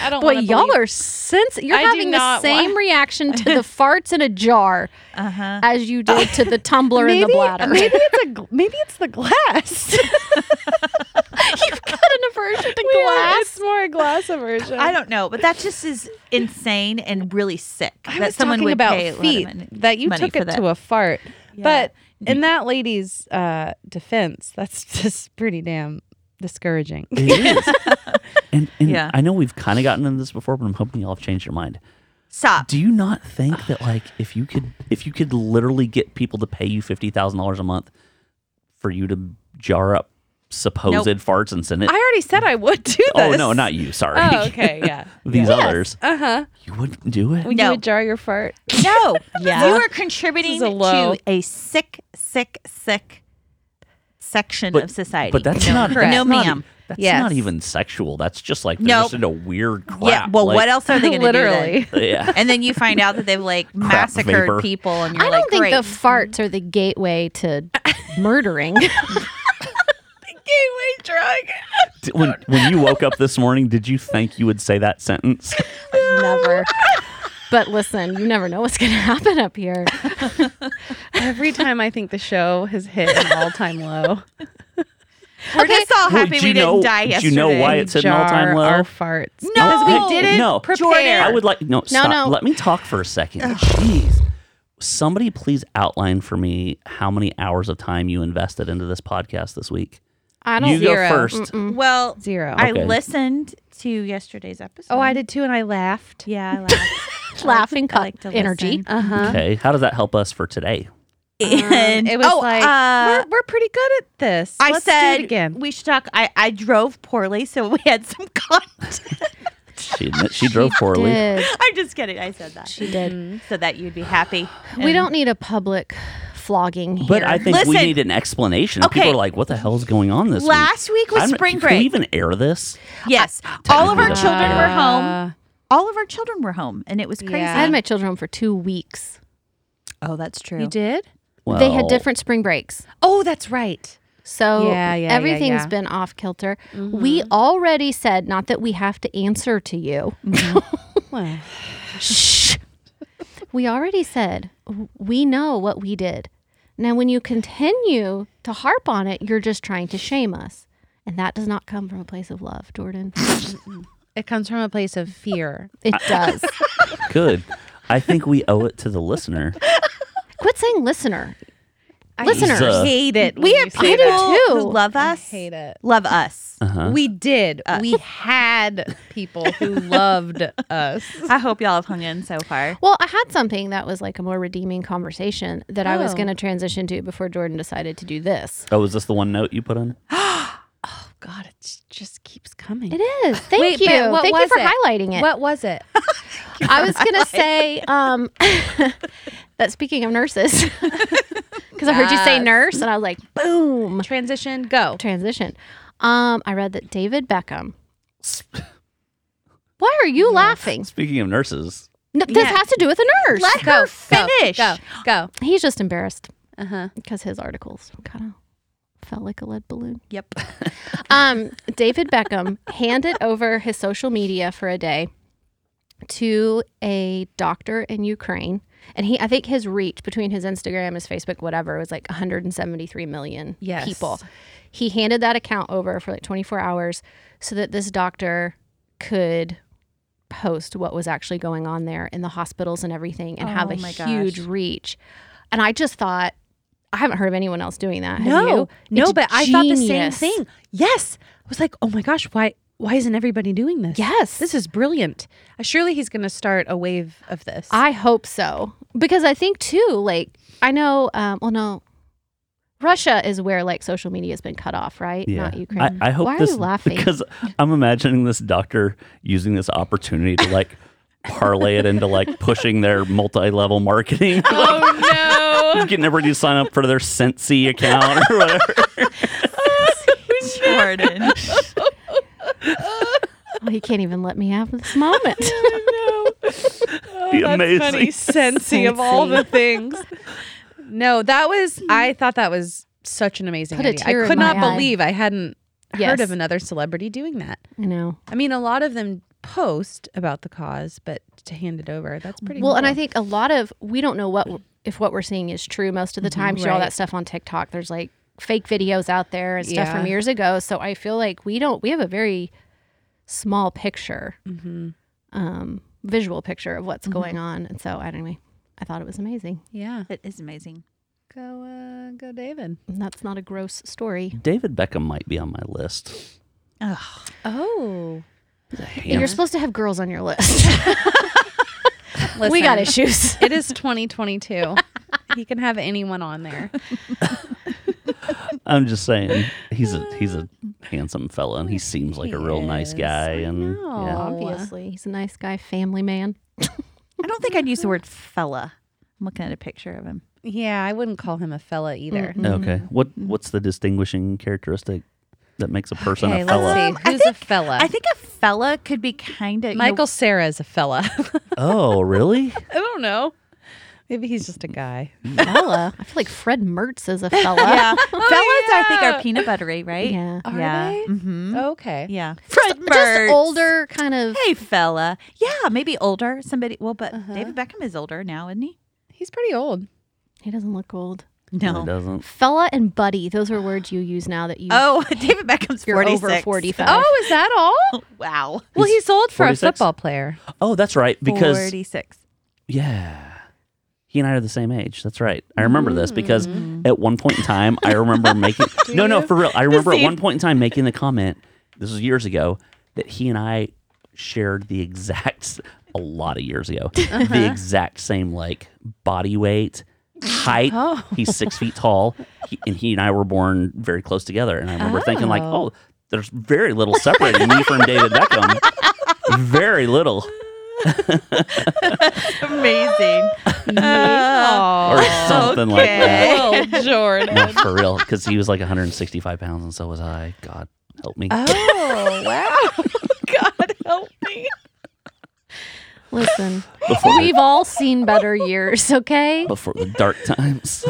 [SPEAKER 2] I don't
[SPEAKER 1] Boy,
[SPEAKER 2] wanna
[SPEAKER 1] y'all
[SPEAKER 2] believe-
[SPEAKER 1] are sense. You're
[SPEAKER 2] I do
[SPEAKER 1] having the
[SPEAKER 2] not
[SPEAKER 1] same
[SPEAKER 2] want- <laughs>
[SPEAKER 1] reaction to the farts in a jar
[SPEAKER 3] Uh-huh.
[SPEAKER 1] as you did to the tumbler in
[SPEAKER 2] maybe,
[SPEAKER 1] the bladder.
[SPEAKER 2] maybe it's a gl- maybe it's the <laughs> glass.
[SPEAKER 1] <laughs> You've got an aversion to
[SPEAKER 2] It's more a glass aversion.
[SPEAKER 3] I don't know, but that just is insane and really sick.
[SPEAKER 2] I
[SPEAKER 3] that
[SPEAKER 2] was
[SPEAKER 3] someone
[SPEAKER 2] talking
[SPEAKER 3] would
[SPEAKER 2] about
[SPEAKER 3] pay a lot of
[SPEAKER 2] feet
[SPEAKER 3] money-
[SPEAKER 2] that you
[SPEAKER 3] money
[SPEAKER 2] took
[SPEAKER 3] for
[SPEAKER 2] it
[SPEAKER 3] that.
[SPEAKER 2] to a fart.
[SPEAKER 3] Yeah.
[SPEAKER 2] But in that lady's uh, defense, that's <laughs> just pretty damn discouraging.
[SPEAKER 4] It is. <laughs> and and
[SPEAKER 3] Yeah.
[SPEAKER 4] I know we've kind of gotten into this before, but I'm hoping y'all have changed your mind.
[SPEAKER 2] <laughs>
[SPEAKER 3] Stop.
[SPEAKER 4] Do you not think that like if you could if you could literally get people to pay you fifty thousand dollars a month for you to jar up supposed
[SPEAKER 3] Nope.
[SPEAKER 4] farts and send it?
[SPEAKER 2] I already said I would do this.
[SPEAKER 4] oh no, not you. Sorry. <laughs>
[SPEAKER 2] Oh, okay, yeah.
[SPEAKER 4] These others.
[SPEAKER 2] Uh
[SPEAKER 3] Uh-huh.
[SPEAKER 2] huh.
[SPEAKER 4] You wouldn't do it.
[SPEAKER 2] Would
[SPEAKER 3] No.
[SPEAKER 2] you would jar your fart?
[SPEAKER 3] No.
[SPEAKER 2] Yeah.
[SPEAKER 3] You are contributing
[SPEAKER 2] This is a low.
[SPEAKER 3] to a sick, sick, sick section
[SPEAKER 4] But-
[SPEAKER 3] of society.
[SPEAKER 4] But that's
[SPEAKER 3] no,
[SPEAKER 4] not
[SPEAKER 3] correct.
[SPEAKER 4] that's
[SPEAKER 3] No,
[SPEAKER 4] not-
[SPEAKER 3] ma'am.
[SPEAKER 4] That's
[SPEAKER 2] Yes.
[SPEAKER 4] not even sexual. That's just like they're
[SPEAKER 3] Nope.
[SPEAKER 4] just into weird crap.
[SPEAKER 3] Yeah. Well,
[SPEAKER 4] like-
[SPEAKER 3] what else are they going to do?
[SPEAKER 2] Literally.
[SPEAKER 3] then?
[SPEAKER 4] Yeah.
[SPEAKER 3] <laughs> And then you find out that they've
[SPEAKER 4] <laughs>
[SPEAKER 3] like massacred
[SPEAKER 4] vapor.
[SPEAKER 3] people, and you're
[SPEAKER 1] I
[SPEAKER 3] like,
[SPEAKER 1] don't think
[SPEAKER 3] great.
[SPEAKER 1] the farts are the gateway to murdering.
[SPEAKER 2] Gateway drug.
[SPEAKER 4] D- When when you woke up this morning, did you think you would say that sentence?
[SPEAKER 1] never. But listen, you never know what's going to <laughs> happen up here.
[SPEAKER 2] <laughs> Every time I think the show has hit an all-time low,
[SPEAKER 3] We're just all
[SPEAKER 4] Well,
[SPEAKER 3] happy
[SPEAKER 4] do
[SPEAKER 3] we
[SPEAKER 4] you
[SPEAKER 3] didn't
[SPEAKER 4] know-
[SPEAKER 3] die
[SPEAKER 4] do
[SPEAKER 3] yesterday.
[SPEAKER 4] you know why
[SPEAKER 2] we
[SPEAKER 4] it's at an all-time
[SPEAKER 2] jar
[SPEAKER 4] low?
[SPEAKER 2] Our farts.
[SPEAKER 3] No,
[SPEAKER 4] Because
[SPEAKER 2] we
[SPEAKER 4] Hey,
[SPEAKER 2] didn't
[SPEAKER 4] no.
[SPEAKER 2] prepare.
[SPEAKER 3] Jordan.
[SPEAKER 4] I would like no, stop.
[SPEAKER 1] no.
[SPEAKER 4] Let me talk for a second. Jeez. Somebody please outline for me how many hours of time you invested into this podcast this week.
[SPEAKER 1] I don't
[SPEAKER 4] You go
[SPEAKER 2] zero.
[SPEAKER 4] 1st
[SPEAKER 3] Well,
[SPEAKER 2] Zero.
[SPEAKER 3] I
[SPEAKER 4] Okay.
[SPEAKER 3] listened to yesterday's episode.
[SPEAKER 2] oh, I did too, and I laughed.
[SPEAKER 3] Yeah,
[SPEAKER 2] <laughs>
[SPEAKER 3] I laughed.
[SPEAKER 1] laughing
[SPEAKER 3] I
[SPEAKER 1] cup
[SPEAKER 3] like to
[SPEAKER 1] energy. Uh-huh.
[SPEAKER 3] listen.
[SPEAKER 2] Uh huh.
[SPEAKER 4] Okay. How does that help us for today?
[SPEAKER 3] and
[SPEAKER 2] It was
[SPEAKER 3] oh,
[SPEAKER 2] like
[SPEAKER 3] uh,
[SPEAKER 2] we're, we're pretty good at this.
[SPEAKER 3] I
[SPEAKER 2] Let's do it
[SPEAKER 3] said
[SPEAKER 2] again.
[SPEAKER 3] we should talk. I, I drove poorly, so we had some <laughs> content.
[SPEAKER 4] She
[SPEAKER 1] <laughs>
[SPEAKER 4] admit she drove poorly.
[SPEAKER 1] Did.
[SPEAKER 3] I'm just kidding. I said that
[SPEAKER 1] She did.
[SPEAKER 3] so that you'd
[SPEAKER 2] <sighs>
[SPEAKER 3] be happy.
[SPEAKER 1] We don't need a public flogging here.
[SPEAKER 4] But I think we
[SPEAKER 3] Listen.
[SPEAKER 4] need an explanation. People
[SPEAKER 3] Okay.
[SPEAKER 4] are like, "What the hell is going on this week?"
[SPEAKER 3] Last week was
[SPEAKER 4] I'm-
[SPEAKER 3] spring
[SPEAKER 4] Can we
[SPEAKER 3] break.
[SPEAKER 4] even air this? <laughs>
[SPEAKER 3] yes, all of our
[SPEAKER 4] that's
[SPEAKER 3] children
[SPEAKER 4] fair.
[SPEAKER 3] were
[SPEAKER 2] Uh,
[SPEAKER 3] home. All of our children were home, and it was crazy.
[SPEAKER 1] I had my children home for two weeks.
[SPEAKER 3] oh, that's true.
[SPEAKER 2] You did?
[SPEAKER 4] Well,
[SPEAKER 1] They had different spring breaks.
[SPEAKER 2] Oh, that's right.
[SPEAKER 1] So
[SPEAKER 2] Yeah, yeah, Mm-hmm. yeah,
[SPEAKER 1] everything's
[SPEAKER 2] yeah.
[SPEAKER 1] been off kilter. We already said not that we have to answer to
[SPEAKER 2] <laughs>
[SPEAKER 1] you.
[SPEAKER 2] Well,
[SPEAKER 1] We already said w- we know what we did. Now, when you continue to harp on it, you're just trying to shame us. And that does not come from a place of love,
[SPEAKER 2] <laughs>
[SPEAKER 1] Jordan.
[SPEAKER 2] it comes from a place of fear.
[SPEAKER 1] It does.
[SPEAKER 4] <laughs> Good. I think we owe it to the listener.
[SPEAKER 1] Quit saying listener.
[SPEAKER 2] I
[SPEAKER 1] Listeners.
[SPEAKER 2] hate it.
[SPEAKER 3] We have
[SPEAKER 1] say
[SPEAKER 3] people
[SPEAKER 1] that. I do, too.
[SPEAKER 3] who love us.
[SPEAKER 2] hate it. Uh.
[SPEAKER 3] Love us.
[SPEAKER 4] Uh.
[SPEAKER 2] We did. we had people <laughs> who loved us.
[SPEAKER 3] I hope y'all have hung in so far.
[SPEAKER 1] Well, I had something that was like a more redeeming conversation that I was
[SPEAKER 2] Oh.
[SPEAKER 1] going to transition to before Jordan decided to do this.
[SPEAKER 4] Oh, is this the one note you put on?
[SPEAKER 2] Oh God, it just keeps coming.
[SPEAKER 1] It <laughs> is. Thank
[SPEAKER 2] Wait,
[SPEAKER 1] you.
[SPEAKER 2] but what
[SPEAKER 1] Thank you
[SPEAKER 2] was
[SPEAKER 1] for
[SPEAKER 2] it?
[SPEAKER 1] highlighting <laughs> it.
[SPEAKER 2] What was it?
[SPEAKER 1] I was going to say um, <laughs> that speaking of nurses, <laughs> because I heard you say
[SPEAKER 2] Yes.
[SPEAKER 1] nurse, and I was like, boom,
[SPEAKER 2] Transition. Go.
[SPEAKER 1] transition. Um, I read that David Beckham. Why are you laughing?
[SPEAKER 4] <laughs> Speaking of nurses,
[SPEAKER 1] No, this
[SPEAKER 2] Yeah.
[SPEAKER 1] has to do with a nurse.
[SPEAKER 3] Let
[SPEAKER 2] Go.
[SPEAKER 3] her finish.
[SPEAKER 2] Go. Go.
[SPEAKER 1] He's just embarrassed
[SPEAKER 2] Uh
[SPEAKER 3] Uh-huh.
[SPEAKER 2] huh.
[SPEAKER 1] because his articles kind of felt like a lead balloon.
[SPEAKER 3] Yep.
[SPEAKER 1] <laughs> Um, David
[SPEAKER 3] <laughs>
[SPEAKER 1] Beckham handed over his social media for a day to a doctor in Ukraine, and he I think his reach between his Instagram, his Facebook, whatever was like 173 million
[SPEAKER 2] Yes.
[SPEAKER 1] people. He handed that account over for like 24 hours so that this doctor could post what was actually going on there in the hospitals and everything and have a
[SPEAKER 3] Oh my gosh.
[SPEAKER 1] huge reach. And I just thought I haven't heard of anyone else doing that. Have you?
[SPEAKER 2] No, no,
[SPEAKER 1] It's
[SPEAKER 2] but I thought the same
[SPEAKER 1] genius.
[SPEAKER 2] thing. Yes, was like, oh my gosh, why why isn't everybody doing this?
[SPEAKER 1] Yes.
[SPEAKER 2] This is brilliant. Uh, Surely he's going to start a wave of this.
[SPEAKER 1] I hope so because I think too. Like I know. Um, well, no, Russia is where like social media has been cut off, right? Not
[SPEAKER 4] I,
[SPEAKER 1] Ukraine.
[SPEAKER 4] I hope
[SPEAKER 1] Why
[SPEAKER 4] this
[SPEAKER 1] are
[SPEAKER 4] <laughs>
[SPEAKER 1] you laughing?
[SPEAKER 4] because I'm imagining this doctor using this opportunity to
[SPEAKER 1] <laughs>
[SPEAKER 4] like parlay it into like pushing their
[SPEAKER 1] <laughs>
[SPEAKER 4] multi-level marketing. <laughs>
[SPEAKER 2] oh <laughs> no.
[SPEAKER 4] Getting everybody to sign up for their Scentsy account or whatever.
[SPEAKER 3] Jordan.
[SPEAKER 1] Well, he can't even let me have this
[SPEAKER 4] <laughs>
[SPEAKER 1] moment.
[SPEAKER 4] Be
[SPEAKER 1] Oh,
[SPEAKER 4] amazing. <laughs>
[SPEAKER 2] Sensey of all the
[SPEAKER 1] Sensey.
[SPEAKER 2] things. No, that was I thought that was such an amazing
[SPEAKER 1] Put a
[SPEAKER 2] idea.
[SPEAKER 1] tear
[SPEAKER 2] I
[SPEAKER 1] in
[SPEAKER 2] could
[SPEAKER 1] my
[SPEAKER 2] not
[SPEAKER 1] eye.
[SPEAKER 2] believe I hadn't
[SPEAKER 1] Yes.
[SPEAKER 2] heard of another celebrity doing that.
[SPEAKER 1] I know.
[SPEAKER 2] I mean, a lot of them post about the cause, but to hand it over, that's pretty
[SPEAKER 1] Well, and
[SPEAKER 2] cool.
[SPEAKER 1] I think a lot of we don't know what if what we're seeing is true most of the time. Sure, all
[SPEAKER 2] Right.
[SPEAKER 1] that stuff on TikTok. There's like fake videos out there and stuff from
[SPEAKER 2] Yeah.
[SPEAKER 1] years ago. So I feel like we don't we have a very small picture, um, visual picture of what's going on. And so I don't know. I thought it was amazing.
[SPEAKER 2] yeah.
[SPEAKER 3] It is amazing.
[SPEAKER 2] Go, uh, go, David.
[SPEAKER 1] And that's not a gross story.
[SPEAKER 4] David Beckham might be on my list.
[SPEAKER 3] Oh,
[SPEAKER 2] Oh,
[SPEAKER 1] You're supposed to have girls on your list. <laughs> we got <laughs> issues.
[SPEAKER 2] <laughs> It is 2022. he can have anyone on there.
[SPEAKER 4] I'm just saying he's a he's a handsome fella and he seems like a real nice guy and yeah.
[SPEAKER 1] Obviously, he's a nice guy, family man.
[SPEAKER 3] I don't think I'd use the word fella. I'm looking at a picture of him.
[SPEAKER 2] Yeah, I wouldn't call him a fella either.
[SPEAKER 1] Mm-hmm.
[SPEAKER 4] Okay. What what's the distinguishing characteristic that makes a person
[SPEAKER 2] Okay,
[SPEAKER 4] a
[SPEAKER 2] let's
[SPEAKER 4] fella?
[SPEAKER 2] see.
[SPEAKER 3] I
[SPEAKER 2] Who's a fella?
[SPEAKER 3] I think a fella could be kind of
[SPEAKER 2] Michael Sarah is a fella. <laughs>
[SPEAKER 4] Oh, really?
[SPEAKER 2] I don't know. Maybe he's just a guy.
[SPEAKER 1] Fella, I feel like Fred Mertz is a <laughs> fella.
[SPEAKER 3] yeah, fellas. I think
[SPEAKER 2] yeah.
[SPEAKER 3] are peanut buttery, <laughs> right?
[SPEAKER 1] Yeah.
[SPEAKER 2] Are
[SPEAKER 3] yeah.
[SPEAKER 2] they? Oh,
[SPEAKER 3] hmm
[SPEAKER 2] Okay.
[SPEAKER 3] Yeah.
[SPEAKER 1] Just-
[SPEAKER 3] Mertz.
[SPEAKER 1] Just older, kind of.
[SPEAKER 3] Hey, fella. Yeah, maybe older. Somebody. Well, but David Beckham is older now, isn't he?
[SPEAKER 2] He's pretty old.
[SPEAKER 1] He doesn't look old.
[SPEAKER 4] It doesn't.
[SPEAKER 1] Fella and buddy, those are words you use now that you
[SPEAKER 3] <laughs> Oh, <laughs> David Beckham's
[SPEAKER 1] you're
[SPEAKER 3] 46.
[SPEAKER 1] over 45.
[SPEAKER 2] Oh, is that all?
[SPEAKER 3] <laughs> Wow.
[SPEAKER 2] <laughs> well,
[SPEAKER 4] He's
[SPEAKER 2] he's old for
[SPEAKER 4] 46?
[SPEAKER 2] a football player.
[SPEAKER 4] Oh, that's right. Because
[SPEAKER 3] 46.
[SPEAKER 4] yeah, he and I are the same age. That's right. I remember this because at one point in time, I remember making no, no, for real. I remember at one point in time making the comment. This was years ago that he and I shared the exact a lot of years ago the exact same like body weight height he's six feet tall he, and he and i were born very close together and i remember thinking like oh there's very little separating me from david beckham very little
[SPEAKER 3] Amazing.
[SPEAKER 4] or something like that
[SPEAKER 2] Oh, <laughs> Well, Jordan.
[SPEAKER 4] No, for real, because he was like 165 pounds, and so was I. God help me.
[SPEAKER 2] Oh, <laughs> wow. God help me.
[SPEAKER 1] Listen,
[SPEAKER 4] Before, the,
[SPEAKER 1] we've all seen better years, okay?
[SPEAKER 4] before the dark times.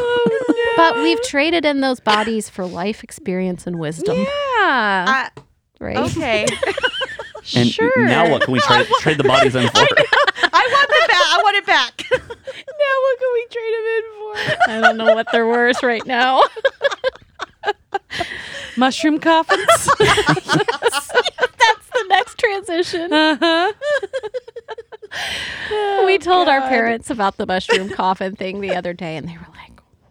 [SPEAKER 1] But we've traded in those bodies for life experience and wisdom,
[SPEAKER 2] Yeah.
[SPEAKER 3] I-
[SPEAKER 1] right?
[SPEAKER 3] okay.
[SPEAKER 4] And
[SPEAKER 2] sure.
[SPEAKER 4] now what can we trade, trade the bodies in for?
[SPEAKER 3] I want the back. I want it back.
[SPEAKER 2] <laughs> Now what can we trade him in
[SPEAKER 1] I don't know what they're worth right now.
[SPEAKER 2] for? <laughs> Mushroom coffins.
[SPEAKER 1] <laughs> That's the next transition.
[SPEAKER 2] uh-huh. Oh,
[SPEAKER 1] we told our parents about the mushroom coffin thing the other day, and they were like,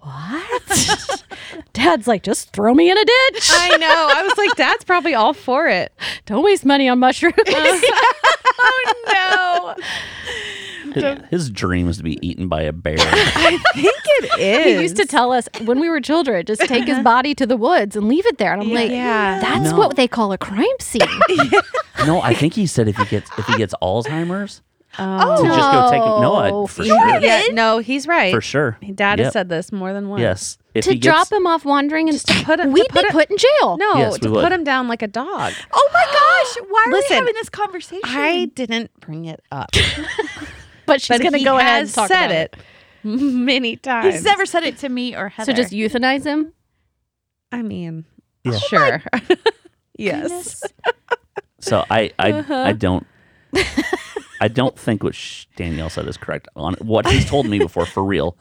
[SPEAKER 1] what? <laughs> Dad's like, just throw me in a ditch.
[SPEAKER 2] <laughs> I know. I was like, Dad's probably all for it.
[SPEAKER 1] Don't waste money on
[SPEAKER 2] <laughs>
[SPEAKER 1] mushrooms.
[SPEAKER 2] Oh, No,
[SPEAKER 4] His, his dream was to be eaten by a bear.
[SPEAKER 2] I think it is.
[SPEAKER 1] He used to tell us when we were children, just take
[SPEAKER 2] <laughs>
[SPEAKER 1] his body to the woods and leave it there. And I'm like,
[SPEAKER 2] Yeah.
[SPEAKER 1] that's
[SPEAKER 4] No.
[SPEAKER 1] what they call a crime scene.
[SPEAKER 4] No, I think he said if he gets if he gets Alzheimer's,
[SPEAKER 1] oh,
[SPEAKER 4] to just go take him. No, I, for sure,
[SPEAKER 2] Yeah, no, he's right.
[SPEAKER 4] for sure.
[SPEAKER 2] Dad
[SPEAKER 4] Yep.
[SPEAKER 2] has said this more than once.
[SPEAKER 4] yes. If
[SPEAKER 1] To
[SPEAKER 4] he gets,
[SPEAKER 1] drop him off wandering and
[SPEAKER 2] to put it- to
[SPEAKER 1] we'd
[SPEAKER 2] put
[SPEAKER 1] be
[SPEAKER 2] it-
[SPEAKER 1] put in jail.
[SPEAKER 2] No,
[SPEAKER 4] Yes, we
[SPEAKER 2] to
[SPEAKER 4] would.
[SPEAKER 2] put him down like a dog.
[SPEAKER 3] Oh my gosh. Why are
[SPEAKER 2] Listen,
[SPEAKER 3] we having this conversation?
[SPEAKER 2] I didn't bring it <laughs> up.
[SPEAKER 1] but she's
[SPEAKER 2] but
[SPEAKER 1] going to
[SPEAKER 2] he
[SPEAKER 1] go ahead and
[SPEAKER 2] has
[SPEAKER 1] talk
[SPEAKER 2] said
[SPEAKER 1] about it.
[SPEAKER 2] it <laughs> many times.
[SPEAKER 3] He's never said it to me or Heather.
[SPEAKER 1] So just euthanize him.
[SPEAKER 2] I mean,
[SPEAKER 4] Yeah.
[SPEAKER 2] sure. <laughs> yes.
[SPEAKER 4] So I I, I don't I don't think what sh- Danielle said is correct. On what he's told me before, for real,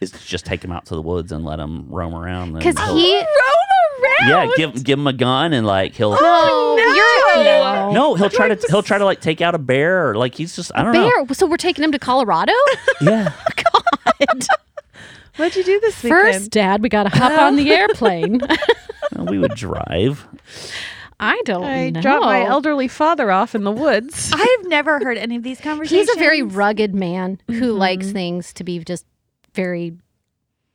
[SPEAKER 4] is to just take him out to the woods and let him roam
[SPEAKER 1] <laughs>
[SPEAKER 4] around. and
[SPEAKER 1] Because
[SPEAKER 4] he'll-
[SPEAKER 1] he.
[SPEAKER 4] yeah, give give him a gun and
[SPEAKER 2] <gasps>
[SPEAKER 4] like he'll
[SPEAKER 1] No, you're no.
[SPEAKER 4] no he'll try
[SPEAKER 2] <laughs>
[SPEAKER 4] to he'll try to like take out a bear or like he's just I don't
[SPEAKER 1] Bear. So we're taking him to Colorado?
[SPEAKER 4] know <laughs> yeah
[SPEAKER 2] <laughs> What'd you do this <laughs>
[SPEAKER 1] First, Dad, we got to hop on the airplane.
[SPEAKER 4] Well, we would drive
[SPEAKER 1] I don't
[SPEAKER 2] I
[SPEAKER 1] know.
[SPEAKER 2] dropped my elderly father off in the <laughs> woods.
[SPEAKER 3] I've never heard any of these conversations.
[SPEAKER 1] He's a very rugged man who
[SPEAKER 2] Mm-hmm.
[SPEAKER 1] likes things to be just very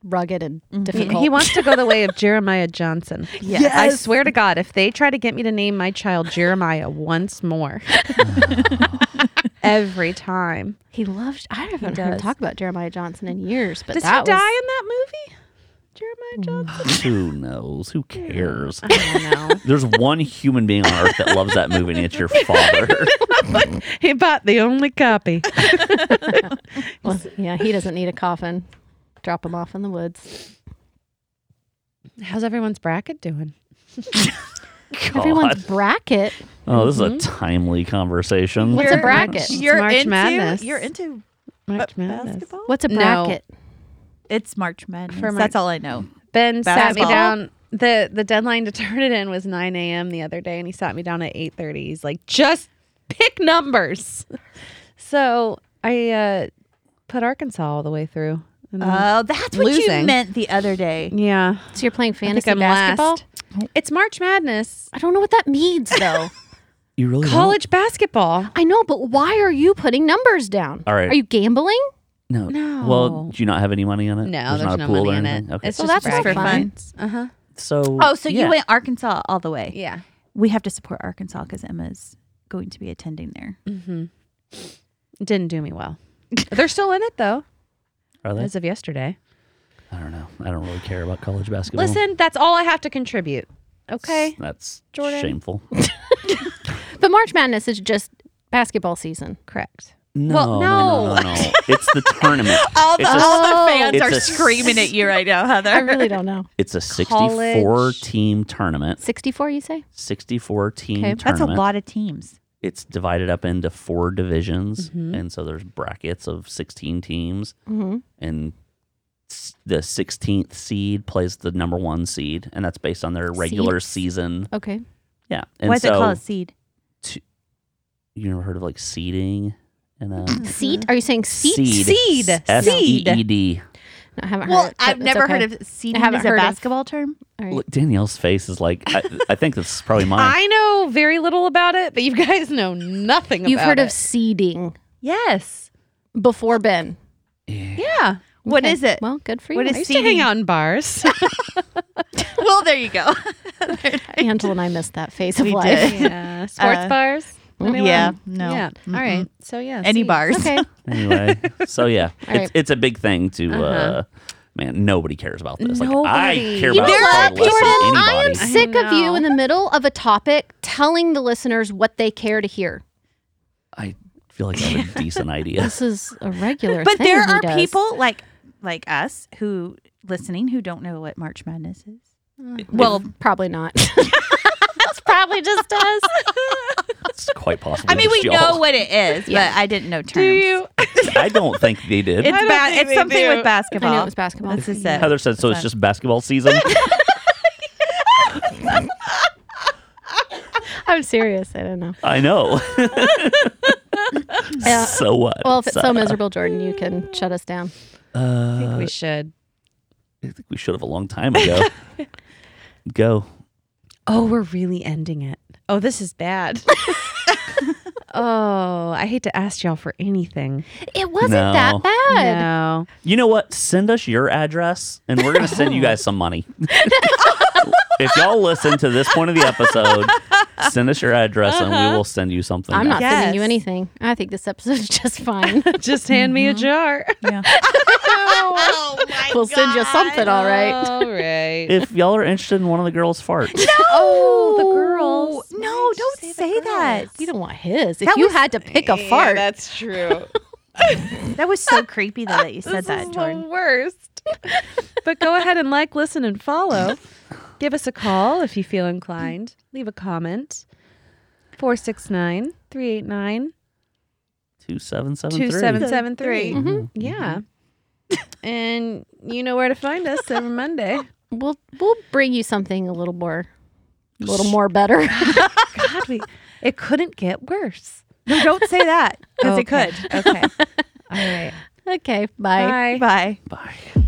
[SPEAKER 1] rugged and difficult.
[SPEAKER 2] He wants to go the way of Jeremiah Johnson.
[SPEAKER 3] Yes.
[SPEAKER 2] I swear to God, if they try to get me to name my child Jeremiah once <laughs> more, every time.
[SPEAKER 1] He loves. I haven't heard him
[SPEAKER 3] does.
[SPEAKER 1] talk about Jeremiah Johnson in years, but
[SPEAKER 2] Does
[SPEAKER 1] that
[SPEAKER 2] he die in
[SPEAKER 1] was,
[SPEAKER 2] that movie? Jeremiah Johnson?
[SPEAKER 4] Who knows? Who cares?
[SPEAKER 2] I don't know.
[SPEAKER 4] There's one human being on earth that loves that movie, and it's
[SPEAKER 2] <laughs>
[SPEAKER 4] your father.
[SPEAKER 2] <laughs> he bought the only copy.
[SPEAKER 1] Well, yeah, he doesn't need a coffin. Drop him off in the woods.
[SPEAKER 2] How's everyone's bracket doing?
[SPEAKER 1] Everyone's bracket.
[SPEAKER 4] Oh, this is
[SPEAKER 2] Mm-hmm.
[SPEAKER 4] a timely conversation.
[SPEAKER 1] What's a bracket?
[SPEAKER 2] It's March
[SPEAKER 3] into,
[SPEAKER 2] Madness.
[SPEAKER 3] You're into
[SPEAKER 2] March
[SPEAKER 3] ba-
[SPEAKER 2] Madness.
[SPEAKER 3] Uh, basketball.
[SPEAKER 1] What's a
[SPEAKER 2] No.
[SPEAKER 1] bracket?
[SPEAKER 3] It's March Madness.
[SPEAKER 2] For
[SPEAKER 3] That's all I know.
[SPEAKER 2] Ben sat
[SPEAKER 3] Basketball?
[SPEAKER 2] me down. the The deadline to turn it in was nine a.m. the other day, and he sat me down at eight thirty. He's like, "Just pick numbers." <laughs> So I uh, put Arkansas all the way through. And
[SPEAKER 3] Oh,
[SPEAKER 2] then-
[SPEAKER 3] that's what
[SPEAKER 2] Losing.
[SPEAKER 3] you meant the other day.
[SPEAKER 2] yeah,
[SPEAKER 1] So you're playing
[SPEAKER 2] I think
[SPEAKER 1] fantasy
[SPEAKER 2] I'm
[SPEAKER 1] basketball.
[SPEAKER 2] last. It's March Madness,
[SPEAKER 1] I don't know what that means though.
[SPEAKER 4] You really don't?
[SPEAKER 2] college basketball.
[SPEAKER 1] I know, but why are you putting numbers down?
[SPEAKER 4] All right.
[SPEAKER 1] Are you gambling?
[SPEAKER 4] No.
[SPEAKER 2] No.
[SPEAKER 4] Well, do you not have any money on it?
[SPEAKER 2] No, there's,
[SPEAKER 4] not a
[SPEAKER 2] no
[SPEAKER 4] pool
[SPEAKER 2] money
[SPEAKER 4] or
[SPEAKER 2] in
[SPEAKER 4] anything?
[SPEAKER 2] it.
[SPEAKER 4] Okay.
[SPEAKER 2] It's
[SPEAKER 1] Well,
[SPEAKER 2] just
[SPEAKER 1] that's
[SPEAKER 2] bracket
[SPEAKER 1] not fun.
[SPEAKER 2] points. Uh huh.
[SPEAKER 4] so.
[SPEAKER 3] Oh, so
[SPEAKER 4] yeah.
[SPEAKER 3] you went Arkansas all the way.
[SPEAKER 2] Yeah.
[SPEAKER 3] We have to support Arkansas because Emma's going to be attending there.
[SPEAKER 2] Mm-hmm. Didn't do me well. They're still in it though,
[SPEAKER 4] Are they?
[SPEAKER 2] as of yesterday.
[SPEAKER 4] I don't know. I don't really care about college basketball.
[SPEAKER 2] Listen, that's all I have to contribute. Okay.
[SPEAKER 4] That's
[SPEAKER 2] Jordan.
[SPEAKER 4] shameful.
[SPEAKER 1] But March Madness is just basketball season.
[SPEAKER 2] Correct.
[SPEAKER 4] No,
[SPEAKER 2] Well,
[SPEAKER 4] no, no, no, no. it's the tournament.
[SPEAKER 2] <laughs>
[SPEAKER 3] All the,
[SPEAKER 4] It's a-
[SPEAKER 3] all the fans
[SPEAKER 4] it's
[SPEAKER 3] are
[SPEAKER 4] a-
[SPEAKER 3] screaming at you right now, Heather.
[SPEAKER 1] I really don't <laughs> know.
[SPEAKER 4] It's a 64 team tournament.
[SPEAKER 1] 64, you say?
[SPEAKER 4] 64 team
[SPEAKER 1] Okay,
[SPEAKER 4] tournament.
[SPEAKER 3] That's a lot of teams.
[SPEAKER 4] It's divided up into four divisions,
[SPEAKER 3] Mm-hmm.
[SPEAKER 4] and so there's brackets of 16 teams,
[SPEAKER 1] Mm-hmm.
[SPEAKER 4] and s- the 16th seed plays the number one seed, and that's based on their regular
[SPEAKER 1] Seeds?
[SPEAKER 4] season.
[SPEAKER 1] Okay.
[SPEAKER 4] Yeah, and
[SPEAKER 3] Why is
[SPEAKER 4] so
[SPEAKER 3] it called a seed?
[SPEAKER 4] you never heard of like seeding and
[SPEAKER 3] <laughs>
[SPEAKER 4] uh,
[SPEAKER 1] Seat? Are you saying seat?
[SPEAKER 4] seed,
[SPEAKER 2] Seed.
[SPEAKER 4] S E E D.
[SPEAKER 1] No, I haven't heard
[SPEAKER 3] Well,
[SPEAKER 1] it, but
[SPEAKER 3] I've
[SPEAKER 1] it's
[SPEAKER 3] never
[SPEAKER 1] okay.
[SPEAKER 3] heard of seed
[SPEAKER 1] I haven't
[SPEAKER 3] as a
[SPEAKER 1] heard of-
[SPEAKER 3] basketball term.
[SPEAKER 1] All right.
[SPEAKER 4] Look, Danielle's face is like I, I think this
[SPEAKER 3] <laughs>
[SPEAKER 4] is probably mine.
[SPEAKER 2] I know very little about it, but you guys know nothing
[SPEAKER 1] You've
[SPEAKER 2] about
[SPEAKER 1] heard
[SPEAKER 2] it.
[SPEAKER 1] of seeding
[SPEAKER 2] Yes.
[SPEAKER 1] before Ben.
[SPEAKER 2] Yeah.
[SPEAKER 3] What
[SPEAKER 1] Okay.
[SPEAKER 3] is it?
[SPEAKER 1] Well, good for you.
[SPEAKER 3] What
[SPEAKER 2] I
[SPEAKER 3] is-
[SPEAKER 2] used to hang
[SPEAKER 3] Seeding.
[SPEAKER 2] out in bars.
[SPEAKER 3] <laughs> well, there you go.
[SPEAKER 1] Angela and I missed that phase of
[SPEAKER 3] We
[SPEAKER 1] life.
[SPEAKER 3] <laughs> did.
[SPEAKER 2] yeah. <laughs> Sports
[SPEAKER 3] Uh,
[SPEAKER 2] bars. Anyone?
[SPEAKER 3] Yeah, no.
[SPEAKER 2] Yeah. All right. So yeah.
[SPEAKER 3] <laughs> Any
[SPEAKER 2] seeds.
[SPEAKER 3] bars.
[SPEAKER 1] Okay.
[SPEAKER 4] Anyway, so yeah,
[SPEAKER 1] All right.
[SPEAKER 4] it's, it's a big thing to. uh
[SPEAKER 2] Uh-huh.
[SPEAKER 4] Man, nobody cares about this. Like
[SPEAKER 2] Nobody.
[SPEAKER 4] I care
[SPEAKER 2] You
[SPEAKER 4] about
[SPEAKER 1] know
[SPEAKER 4] far
[SPEAKER 1] what,
[SPEAKER 4] less than
[SPEAKER 1] Jordan? I am
[SPEAKER 4] anybody.
[SPEAKER 1] sick of you
[SPEAKER 2] know.
[SPEAKER 1] in the middle of a topic telling the listeners what they care to hear.
[SPEAKER 4] I feel like I have a decent idea.
[SPEAKER 1] This is a regular
[SPEAKER 3] But
[SPEAKER 1] thing
[SPEAKER 3] there
[SPEAKER 1] he
[SPEAKER 3] are
[SPEAKER 1] does.
[SPEAKER 3] people like like us who listening who don't know what March Madness is.
[SPEAKER 1] Well, probably not.
[SPEAKER 3] <laughs>
[SPEAKER 1] it's probably just us.
[SPEAKER 4] It's quite possible.
[SPEAKER 3] I mean,
[SPEAKER 4] it's
[SPEAKER 3] we
[SPEAKER 4] y'all.
[SPEAKER 3] know what it is, but I didn't know terms.
[SPEAKER 2] Do you?
[SPEAKER 4] I don't think they did.
[SPEAKER 3] It's
[SPEAKER 2] don't
[SPEAKER 3] ba-
[SPEAKER 2] think
[SPEAKER 3] It's
[SPEAKER 2] they
[SPEAKER 3] something
[SPEAKER 2] do.
[SPEAKER 3] with basketball.
[SPEAKER 1] I know it was basketball.
[SPEAKER 3] This is
[SPEAKER 1] Yeah.
[SPEAKER 3] it.
[SPEAKER 4] Heather said, so it's just basketball season.
[SPEAKER 1] <laughs> I'm serious. I don't
[SPEAKER 3] <laughs>
[SPEAKER 1] know.
[SPEAKER 4] I know. <laughs>
[SPEAKER 1] Yeah.
[SPEAKER 4] so what?
[SPEAKER 1] Well, if it's so
[SPEAKER 4] Uh,
[SPEAKER 1] miserable, Jordan, you can shut us down.
[SPEAKER 2] I think we should.
[SPEAKER 4] I think we should have a long time ago. Go.
[SPEAKER 2] Oh, we're really ending it. Oh, this is bad. <laughs> oh, I hate to ask y'all for anything.
[SPEAKER 1] It wasn't
[SPEAKER 4] No.
[SPEAKER 1] that bad.
[SPEAKER 2] No.
[SPEAKER 4] You know what? Send us your address and we're going to send you guys some
[SPEAKER 1] <laughs>
[SPEAKER 4] money. if y'all listen to this point of the episode, send us your address and we will send you something.
[SPEAKER 1] Uh-huh. I'm not sending you
[SPEAKER 3] Yes.
[SPEAKER 1] anything. I think this episode's
[SPEAKER 3] <laughs>
[SPEAKER 1] just fine.
[SPEAKER 2] Just hand me a jar.
[SPEAKER 3] Yeah. <laughs> Oh
[SPEAKER 1] we'll send you something, all right.
[SPEAKER 2] <laughs> All right.
[SPEAKER 4] If y'all are interested in one of the girls'
[SPEAKER 1] <laughs>
[SPEAKER 4] farts,
[SPEAKER 2] oh, the girls.
[SPEAKER 3] No,
[SPEAKER 2] Why did you
[SPEAKER 3] don't
[SPEAKER 2] the
[SPEAKER 3] say that.
[SPEAKER 1] You don't want his. If
[SPEAKER 3] That
[SPEAKER 1] you
[SPEAKER 3] was-
[SPEAKER 1] had to pick a fart,
[SPEAKER 2] that's true.
[SPEAKER 3] That was so creepy though <laughs> that you said
[SPEAKER 2] That's
[SPEAKER 3] that, Jordan.
[SPEAKER 2] the worst. but go ahead and like, listen, and follow. Give us a call if you feel inclined. Leave a comment. 469 389
[SPEAKER 4] 2773.
[SPEAKER 2] 2773.
[SPEAKER 1] Mhm.
[SPEAKER 2] Yeah. Mm-hmm. and you know where to find us every Monday.
[SPEAKER 1] we'll we'll bring you something a little more, a little more better.
[SPEAKER 2] <laughs>
[SPEAKER 1] <laughs>
[SPEAKER 2] God, we, it couldn't get <laughs> worse.
[SPEAKER 3] No, <laughs> don't say that because it could. Okay.
[SPEAKER 2] All right.
[SPEAKER 1] okay,
[SPEAKER 2] Bye.
[SPEAKER 3] <laughs> Bye.
[SPEAKER 4] Bye.